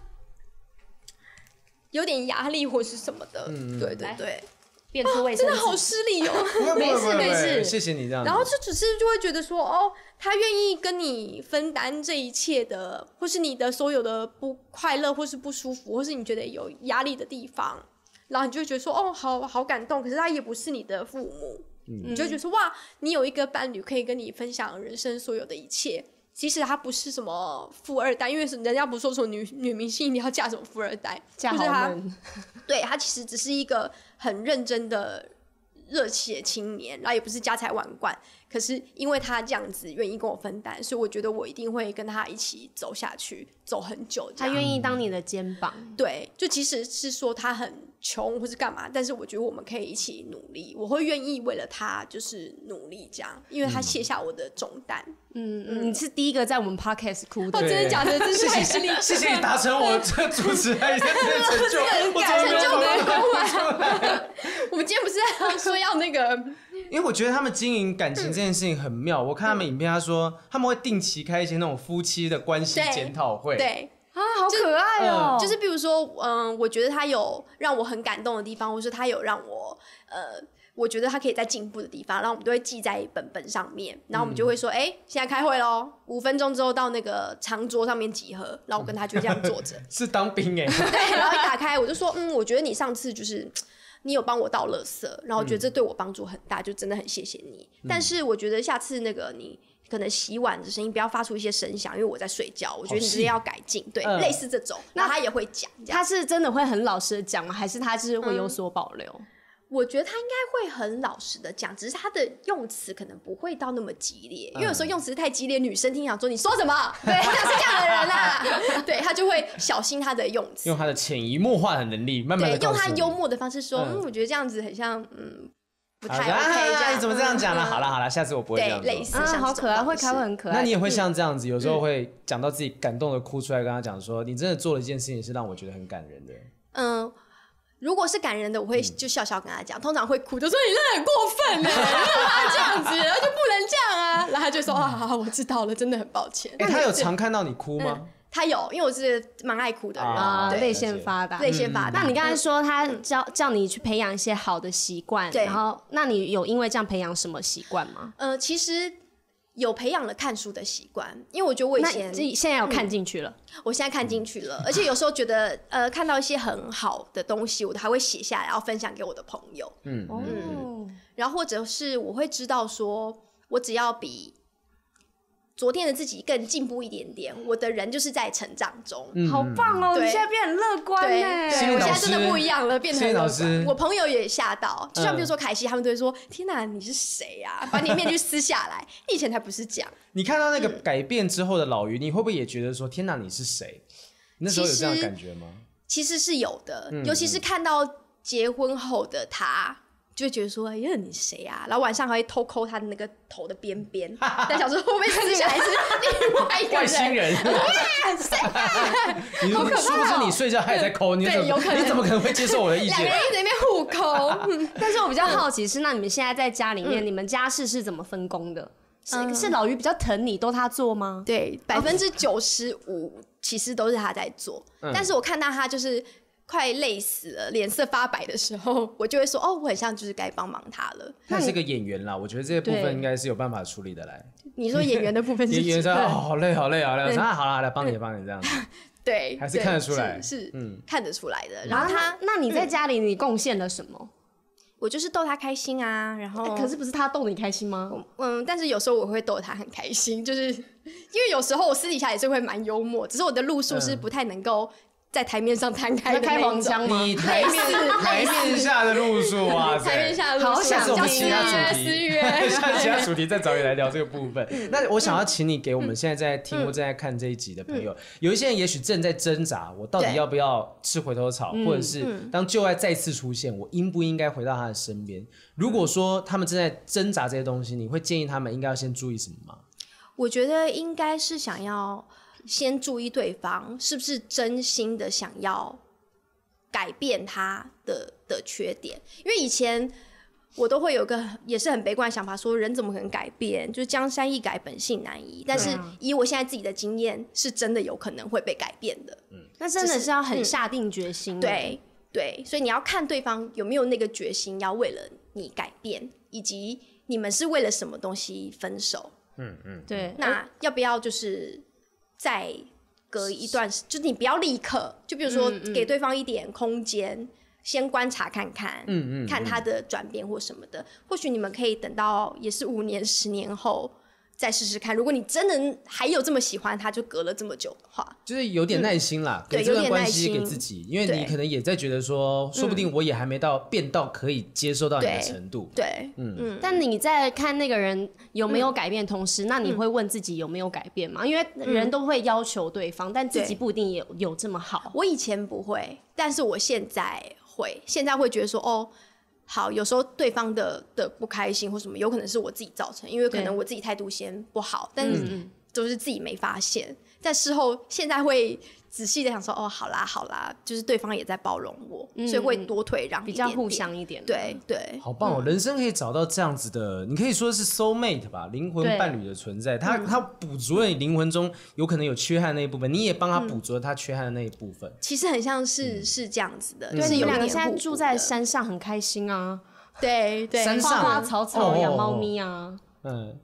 Speaker 2: 有点压力或是什么的，
Speaker 1: 嗯
Speaker 2: 对对对，
Speaker 3: 变出卫 生
Speaker 2: 真
Speaker 3: 纸、
Speaker 2: 的好失礼 哦。
Speaker 1: 不会不会
Speaker 3: 没事
Speaker 1: 不会
Speaker 3: 没事
Speaker 1: 不会谢谢你这样子。
Speaker 2: 然后就只是就会觉得说，哦，他愿意跟你分担这一切的，或是你的所有的不快乐，或是不舒服，或是你觉得有压力的地方，然后你就会觉得说，哦，好好感动。可是他也不是你的父母，
Speaker 1: 嗯
Speaker 2: 你就会觉得说，哇，你有一个伴侣可以跟你分享人生所有的一切。即使他不是什么富二代，因为是人家不是说什么女女明星一定要嫁什么富二代，
Speaker 3: 嫁
Speaker 2: 就是
Speaker 3: 豪
Speaker 2: 他
Speaker 3: 门，
Speaker 2: 对他其实只是一个很认真的热血青年，然后也不是家财万贯，可是因为他这样子愿意跟我分担，所以我觉得我一定会跟他一起走下去，走很久这
Speaker 3: 他
Speaker 2: 样。
Speaker 3: 愿意当你的肩膀。
Speaker 2: 对，就即使是说他很穷或是干嘛，但是我觉得我们可以一起努力，我会愿意为了他就是努力这样，因为
Speaker 1: 嗯
Speaker 2: 他卸下我的重担。
Speaker 3: 嗯，嗯你是第一个在我们 podcast 哭
Speaker 2: 哦，
Speaker 3: 的
Speaker 1: 对，
Speaker 2: 真的假的？真是太 失礼，
Speaker 1: 谢谢你达成我这主持人一天的成就，我从来没有
Speaker 2: 成就
Speaker 1: 想
Speaker 2: 没
Speaker 1: 到
Speaker 2: 有 完。我们今天不是要说要那个
Speaker 1: 因为我觉得他们经营感情这件事情很妙。我看他们影片，他说他们会定期开一些那种夫妻的关系
Speaker 2: 对
Speaker 1: 检讨会，
Speaker 2: 对。
Speaker 3: 啊，好可爱哦、
Speaker 2: 就是比如说，嗯，我觉得他有让我很感动的地方，或是他有让我呃，我觉得他可以在进步的地方，然后我们都会记在本本上面，然后我们
Speaker 1: 嗯
Speaker 2: 就会说，哎、现在开会喽，五分钟之后到那个长桌上面集合，然后我跟他就这样坐 着，
Speaker 1: 是当兵哎、
Speaker 2: 对，然后一打开我就说，嗯，我觉得你上次就是。你有帮我倒垃圾，然后我觉得
Speaker 1: 嗯
Speaker 2: 这对我帮助很大，就真的很谢谢你。但是我觉得下次那个你可能洗碗的声音不要发出一些声响，因为我在睡觉。我觉得你
Speaker 1: 细
Speaker 2: 这要改进，对，
Speaker 1: 嗯
Speaker 2: 类似这种，然后他也会讲。这样
Speaker 3: 他是真的会很老实的讲吗？还是他就是会有所保留？
Speaker 2: 我觉得他应该会很老实的讲，只是他的用词可能不会到那么激烈，因为有
Speaker 1: 嗯
Speaker 2: 时候用词太激烈，女生听想说你说什么，对，他是这样的人啦、对他就会小心他的用词
Speaker 1: 用，他的潜移默化的能力，慢慢
Speaker 2: 对
Speaker 1: 的，
Speaker 2: 用他幽默的方式说，
Speaker 1: 嗯
Speaker 2: 嗯，我觉得这样子很像，嗯，不
Speaker 1: 不
Speaker 2: 太 OK，这
Speaker 1: 啊，
Speaker 2: 样
Speaker 1: 你怎么这样讲呢、
Speaker 2: 嗯
Speaker 1: 好了好了，下次我不会这样
Speaker 2: 对，
Speaker 1: 做
Speaker 2: 类似
Speaker 3: 啊，
Speaker 2: 像
Speaker 3: 好
Speaker 2: 这
Speaker 3: 可
Speaker 2: 种
Speaker 3: 爱，
Speaker 2: 方
Speaker 3: 会开
Speaker 2: 式
Speaker 3: 会很可爱。
Speaker 1: 那你也会像这样子，有时候会讲到自己感动的哭出来，跟他讲说，你真的做了一件事情是让我觉得很感人的。
Speaker 2: 嗯，如果是感人的，我会
Speaker 1: 嗯
Speaker 2: 就笑笑跟他讲，通常会哭，就说你真的很过分呢、欸，这样子，然后就不能这样啊，然后他就说啊，好好，我知道了，真的很抱歉。
Speaker 1: 哎、他有常看到你哭吗？
Speaker 2: 他有，因为我是蛮爱哭的人，
Speaker 1: 啊
Speaker 3: 啊，嗯
Speaker 2: 对，
Speaker 3: 泪腺发达。
Speaker 2: 泪腺发达。
Speaker 3: 那你刚才说他叫叫你去培养一些好的习惯，
Speaker 2: 对
Speaker 3: 然后那你有因为这样培养什么习惯吗？
Speaker 2: 呃，其实有培养了看书的习惯，因为我觉得我以
Speaker 3: 那
Speaker 2: 前，
Speaker 3: 这现在有看进去了，
Speaker 2: 我现在看进去了，而且有时候觉得呃，看到一些很好的东西，我都还会写下来，然后分享给我的朋友，
Speaker 1: 嗯，
Speaker 3: 哦，
Speaker 2: 然后或者是我会知道说，我只要比。昨天的自己更进步一点点，我的人就是在成长中。
Speaker 1: 嗯
Speaker 3: 好棒哦！
Speaker 2: 对
Speaker 3: 你现在变很乐观
Speaker 2: 对
Speaker 1: 心
Speaker 2: 对，
Speaker 1: 理
Speaker 2: 我
Speaker 1: 老
Speaker 2: 现在
Speaker 1: 师
Speaker 2: 真的不一样了，变
Speaker 1: 心
Speaker 2: 成
Speaker 1: 理老
Speaker 2: 乐观
Speaker 1: 师嗯
Speaker 2: 我朋友也吓到，就像比如说凯西，他们都会说：“天哪，你是谁 呀？把你面具撕下来，你以前才不是这样。
Speaker 1: 你看到那个改变之后的老于，你会不会也觉得说，天哪，你是谁？你那时候有这样的
Speaker 2: 其实
Speaker 1: 感觉吗？”
Speaker 2: 其实是有的，
Speaker 1: 嗯
Speaker 2: 尤其是看到结婚后的他。就会觉得说，哎呀，你谁啊？然后晚上还会偷抠他的那个头的边边，但想说会不会撕下来是另外一个
Speaker 1: 外星
Speaker 2: 人？
Speaker 1: 人，你
Speaker 2: 好可怕哦
Speaker 1: 是不是你睡觉他也在抠？你怎
Speaker 2: 对有可
Speaker 1: 么
Speaker 2: 能
Speaker 1: 你怎么可能会接受我的意
Speaker 2: 两个
Speaker 1: 见
Speaker 2: 人？一直在那边互抠，嗯
Speaker 3: 但是我比较好奇是，那你们现在在家里面，你们家事是怎么分工的？是
Speaker 2: 嗯
Speaker 3: 是老于比较疼你，都他做吗？
Speaker 2: 对，百分之九十五其实都是他在做，
Speaker 1: 嗯
Speaker 2: 但是我看到他就是快累死了，脸色发白的时候，我就会说，哦，我很像就是该帮忙他了。
Speaker 1: 他是个演员啦，我觉得这些部
Speaker 3: 对
Speaker 1: 分应该是有办法处理的来。
Speaker 2: 你说演员的部分 是
Speaker 1: 演员
Speaker 2: 指
Speaker 1: 说哦，好累，好累，好累。我
Speaker 2: 对
Speaker 1: 说啊，好了，来帮你，帮你这样子。
Speaker 2: 对，
Speaker 1: 还是
Speaker 2: 对
Speaker 1: 看得出来
Speaker 2: 是是
Speaker 1: 嗯
Speaker 2: 看得出来的。然
Speaker 3: 然
Speaker 2: 后
Speaker 3: 后
Speaker 2: 他，
Speaker 3: 他，啊那你在家里你贡献了什么？
Speaker 2: 我就是逗他开心啊，然后
Speaker 3: 哎可是不是他逗你开心吗？
Speaker 2: 嗯，但是有时候我会逗他很开心，就是因为有时候我私底下也是会蛮幽默，只是我的路数
Speaker 1: 嗯
Speaker 2: 是不太能够在台面上摊开
Speaker 3: 要
Speaker 2: 的那
Speaker 3: 开
Speaker 2: 一
Speaker 3: 黄
Speaker 2: 种。
Speaker 3: 腔吗？
Speaker 1: 你台面台面下的路数，哇塞！
Speaker 2: 台面下的路
Speaker 3: 好
Speaker 2: 数
Speaker 3: 想
Speaker 1: 下次我们
Speaker 2: 叫
Speaker 1: 其他
Speaker 2: 私约
Speaker 1: 主
Speaker 2: 私
Speaker 1: 题，
Speaker 2: 约
Speaker 1: 下其他主题再找你来聊这个部 分。那我想要请你给我们现在在听或正在看这一集的朋
Speaker 2: 嗯
Speaker 1: 友，有一些人也许正在挣扎，我到底
Speaker 2: 对
Speaker 1: 要不要吃回头草，
Speaker 3: 嗯
Speaker 1: 或者是当旧爱再次出现，我应不应该回到他的身边？如果说他们正在挣扎这些东西，你会建议他们应该要先注意什么吗？
Speaker 2: 我觉得应该是想要先注意对方是不是真心的想要改变他的的缺点，因为以前我都会有个也是很悲观的想法，说人怎么可能改变？就是江山易改，本性难移。但是
Speaker 1: 啊
Speaker 2: 以我现在自己的经验，是真的有可能会被改变的。
Speaker 3: 那真的
Speaker 2: 只
Speaker 3: 是
Speaker 2: 是
Speaker 3: 要很
Speaker 2: 嗯
Speaker 3: 下定决心。，
Speaker 1: 嗯
Speaker 2: 对对，所以你要看对方有没有那个决心要为了你改变，以及你们是为了什么东西分手。
Speaker 1: 嗯嗯，
Speaker 3: 对，
Speaker 2: 那要不要就是再隔一段时，就是你不要立刻，就比如说
Speaker 3: 嗯嗯
Speaker 2: 给对方一点空间，先观察看看，
Speaker 1: 嗯嗯
Speaker 2: 看他的转变或什么的。或许你们可以等到也是五年、十年后再试试看。如果你真的还有这么喜欢他，就隔了这么久的话，
Speaker 1: 就是有点耐心啦，
Speaker 2: 嗯对
Speaker 1: 给这
Speaker 2: 有
Speaker 1: 段
Speaker 2: 点
Speaker 1: 关
Speaker 2: 耐
Speaker 1: 系给
Speaker 2: 心
Speaker 1: 自己，因为你
Speaker 2: 对嗯
Speaker 1: 可能也在觉得说，说不定我也还没到变到可以接受到你的
Speaker 2: 对
Speaker 1: 程度。
Speaker 2: 对，
Speaker 3: 但你在看那个人有没有改变，同时，那你会问自己有没有改变吗？因为人都会要求嗯对方，但自己
Speaker 2: 对
Speaker 3: 不一定有有这么好。
Speaker 2: 我以前不会，但是我现在会，现在会觉得说，哦，好，有时候对方的的不开心或什么，有可能是我自己造成，因为可
Speaker 3: 对
Speaker 2: 能我自己态度先不好，
Speaker 3: 嗯
Speaker 2: 但是都是自己没发现。但事后现在会仔细的想说，哦，好啦好啦，就是对方也在包容我，所以会多退让一
Speaker 3: 嗯比较
Speaker 2: 点
Speaker 3: 互
Speaker 2: 点。
Speaker 3: 相一点。
Speaker 2: 对，对，嗯
Speaker 1: 好棒哦！人生可以找到这样子的，你可以说是 soul mate 吧，灵魂
Speaker 3: 对
Speaker 1: 伴侣的存在。他
Speaker 2: 嗯
Speaker 1: 他补足了你灵魂中有可能有缺憾的那一部分，你也帮他补足了他缺憾的那一部分。
Speaker 2: 其实很像是是这样子的，就
Speaker 3: 嗯对，
Speaker 2: 是
Speaker 3: 你
Speaker 2: 有
Speaker 3: 们两
Speaker 2: 点
Speaker 3: 个现在
Speaker 2: 互补
Speaker 3: 住在
Speaker 2: 的，
Speaker 3: 山上很开心啊，
Speaker 2: 对对，
Speaker 1: 山
Speaker 3: 花
Speaker 1: 上
Speaker 3: 花草
Speaker 1: 哦
Speaker 3: 草
Speaker 1: 哦
Speaker 3: 养
Speaker 1: 哦
Speaker 3: 猫咪啊。
Speaker 1: 嗯，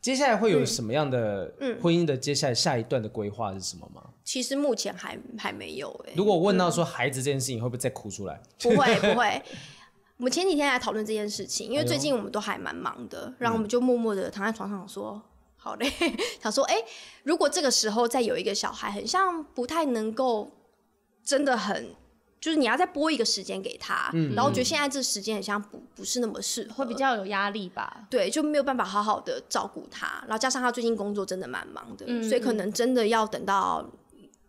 Speaker 1: 接下来会有什么样的
Speaker 2: 嗯
Speaker 1: 婚姻的接下来下一段的规划是什么吗？
Speaker 2: 其实目前还还没有哎、
Speaker 1: 如果问到说孩子这件事情，会不会再哭出来？
Speaker 2: 不 会不会。我们前几天来讨论这件事情，因
Speaker 1: 哎
Speaker 2: 为
Speaker 1: 呦
Speaker 2: 最近我们都还蛮忙的，然后我们就默默的躺在床上想说，好嘞， 想说，哎、如果这个时候再有一个小孩，很像不太能够，真的很，就是你要再拨一个时间给他，
Speaker 1: 嗯
Speaker 2: 然后我觉得现在这时间很像不不是那么适
Speaker 1: 呃
Speaker 2: 合，
Speaker 3: 会比较有压力吧？
Speaker 2: 对，就没有办法好好的照顾他，然后加上他最近工作真的蛮忙的，
Speaker 3: 嗯
Speaker 2: 所以可能真的要等到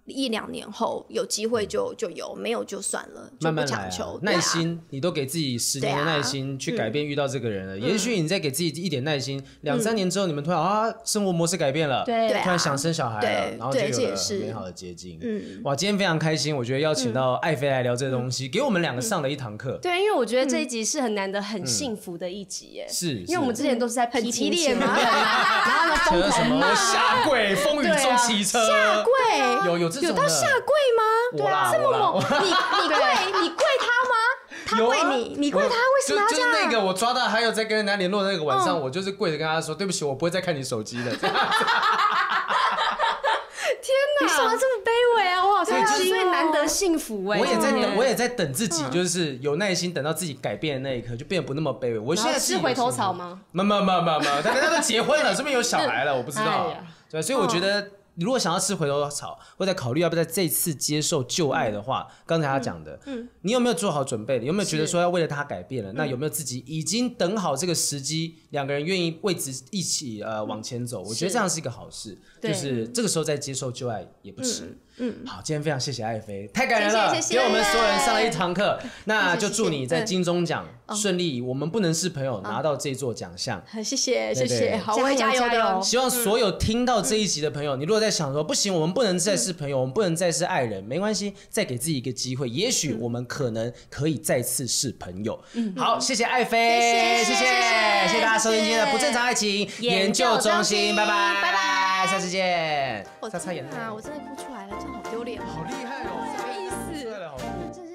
Speaker 2: 一两年后有机会就就有，没有就算了，就
Speaker 1: 嗯慢
Speaker 2: 不
Speaker 1: 慢来
Speaker 2: 强
Speaker 1: 啊、
Speaker 2: 求，对啊
Speaker 1: 耐心，你都给自己十年的
Speaker 2: 对啊
Speaker 1: 耐心去改变遇到这个
Speaker 2: 嗯
Speaker 1: 人了。也许你再给自己一点耐心，两三年之后，你们突然啊，生活模式改变了，
Speaker 3: 对
Speaker 2: 对啊
Speaker 1: 突然想生小孩了，
Speaker 2: 对
Speaker 1: 然后就
Speaker 2: 对这
Speaker 1: 有
Speaker 2: 也
Speaker 1: 了很
Speaker 2: 是
Speaker 1: 美好的结晶。
Speaker 2: 嗯
Speaker 1: 哇，今天非常开心，我觉得邀请到艾菲来聊这个东西，给我们两个上了一堂课。
Speaker 3: 对，因为我觉得这一集是很难得很幸福的一集
Speaker 2: 嗯
Speaker 3: 耶，
Speaker 1: 是，
Speaker 3: 因为我们
Speaker 1: 是
Speaker 3: 之前都是在
Speaker 2: 很
Speaker 3: 批
Speaker 2: 激
Speaker 3: 评
Speaker 2: 烈
Speaker 3: 前
Speaker 2: 嘛
Speaker 3: 任啊， 然后呢疯
Speaker 1: 扯什
Speaker 3: 狂
Speaker 1: 么
Speaker 3: 骂，
Speaker 1: 下跪，风雨中骑车，下跪
Speaker 2: 啊对，啊
Speaker 1: 有有这种有到下
Speaker 2: 跪吗？
Speaker 1: 我啦
Speaker 2: 这么
Speaker 1: 我啦
Speaker 2: 猛，你你跪你跪他吗？他
Speaker 1: 有啊
Speaker 2: 跪你，你跪他，为什么要
Speaker 1: 就
Speaker 2: 这
Speaker 1: 就是那
Speaker 2: 样？
Speaker 1: 个我抓到还有在跟人家联络的那个晚上，我就是跪着跟他说：“对不起，我不会再看你手机了。”
Speaker 3: 你为什么这么卑微啊？我好
Speaker 1: 对
Speaker 3: 伤
Speaker 1: 就是
Speaker 3: 心，因为难得幸福哎。
Speaker 1: 我也在等，
Speaker 3: 嗯
Speaker 1: 我也在等自己，就是有耐心等到自己改变的那一刻，就变得不那么卑微。我现在
Speaker 3: 然后
Speaker 1: 是有
Speaker 3: 吃回头草吗？
Speaker 1: 没有？没有没有没有没有，但是他都结婚了，是不是有小孩了？我不知道
Speaker 3: 哎呀。
Speaker 1: 对，所以我觉得。如果想要吃回头草，或者考虑要不要在这次接受旧爱的话，刚才他讲的，你有没有做好准备？有没有觉得说要哎为了他改变了？那有没有自己已经等好这个时机，两个人愿意为此一起呃往前走？我觉得这样是一个好事，就
Speaker 3: 对
Speaker 1: 是这个时候再接受旧爱也不迟。嗯，好，今天非常谢谢爱妃，太感人
Speaker 2: 谢谢
Speaker 1: 了，
Speaker 2: 谢谢
Speaker 1: 给我们所有人上了一堂课。那就祝你在
Speaker 2: 谢谢
Speaker 1: 金钟奖顺利，我们不能是朋友拿到这座奖项。
Speaker 2: 很谢谢谢
Speaker 1: 对对
Speaker 2: 谢，好，我会
Speaker 3: 加
Speaker 2: 加
Speaker 3: 油
Speaker 2: 油
Speaker 3: 加油
Speaker 2: 的。哦
Speaker 1: 希望所有听到这一集的朋友，你如果在想说不行，我们不能再是朋友，我们不能再是爱人，没关系，再给自己一个机会，也许我们可能可以再次是朋友。好，谢谢爱妃，
Speaker 2: 谢谢
Speaker 1: 谢
Speaker 2: 谢谢
Speaker 1: 谢谢大家收听今天的
Speaker 2: 谢谢
Speaker 1: 不正常爱情研
Speaker 3: 研究
Speaker 1: 究中
Speaker 3: 中
Speaker 1: 心，
Speaker 3: 心
Speaker 1: 拜拜
Speaker 3: 拜拜
Speaker 1: 下次见。
Speaker 2: 我啊
Speaker 1: 擦擦眼
Speaker 2: 天
Speaker 1: 泪，
Speaker 2: 哪，我真的哭出来了，真的好丢脸哦，
Speaker 1: 好厉害哦，
Speaker 2: 什么意思
Speaker 1: 出来了好酷
Speaker 2: 真是。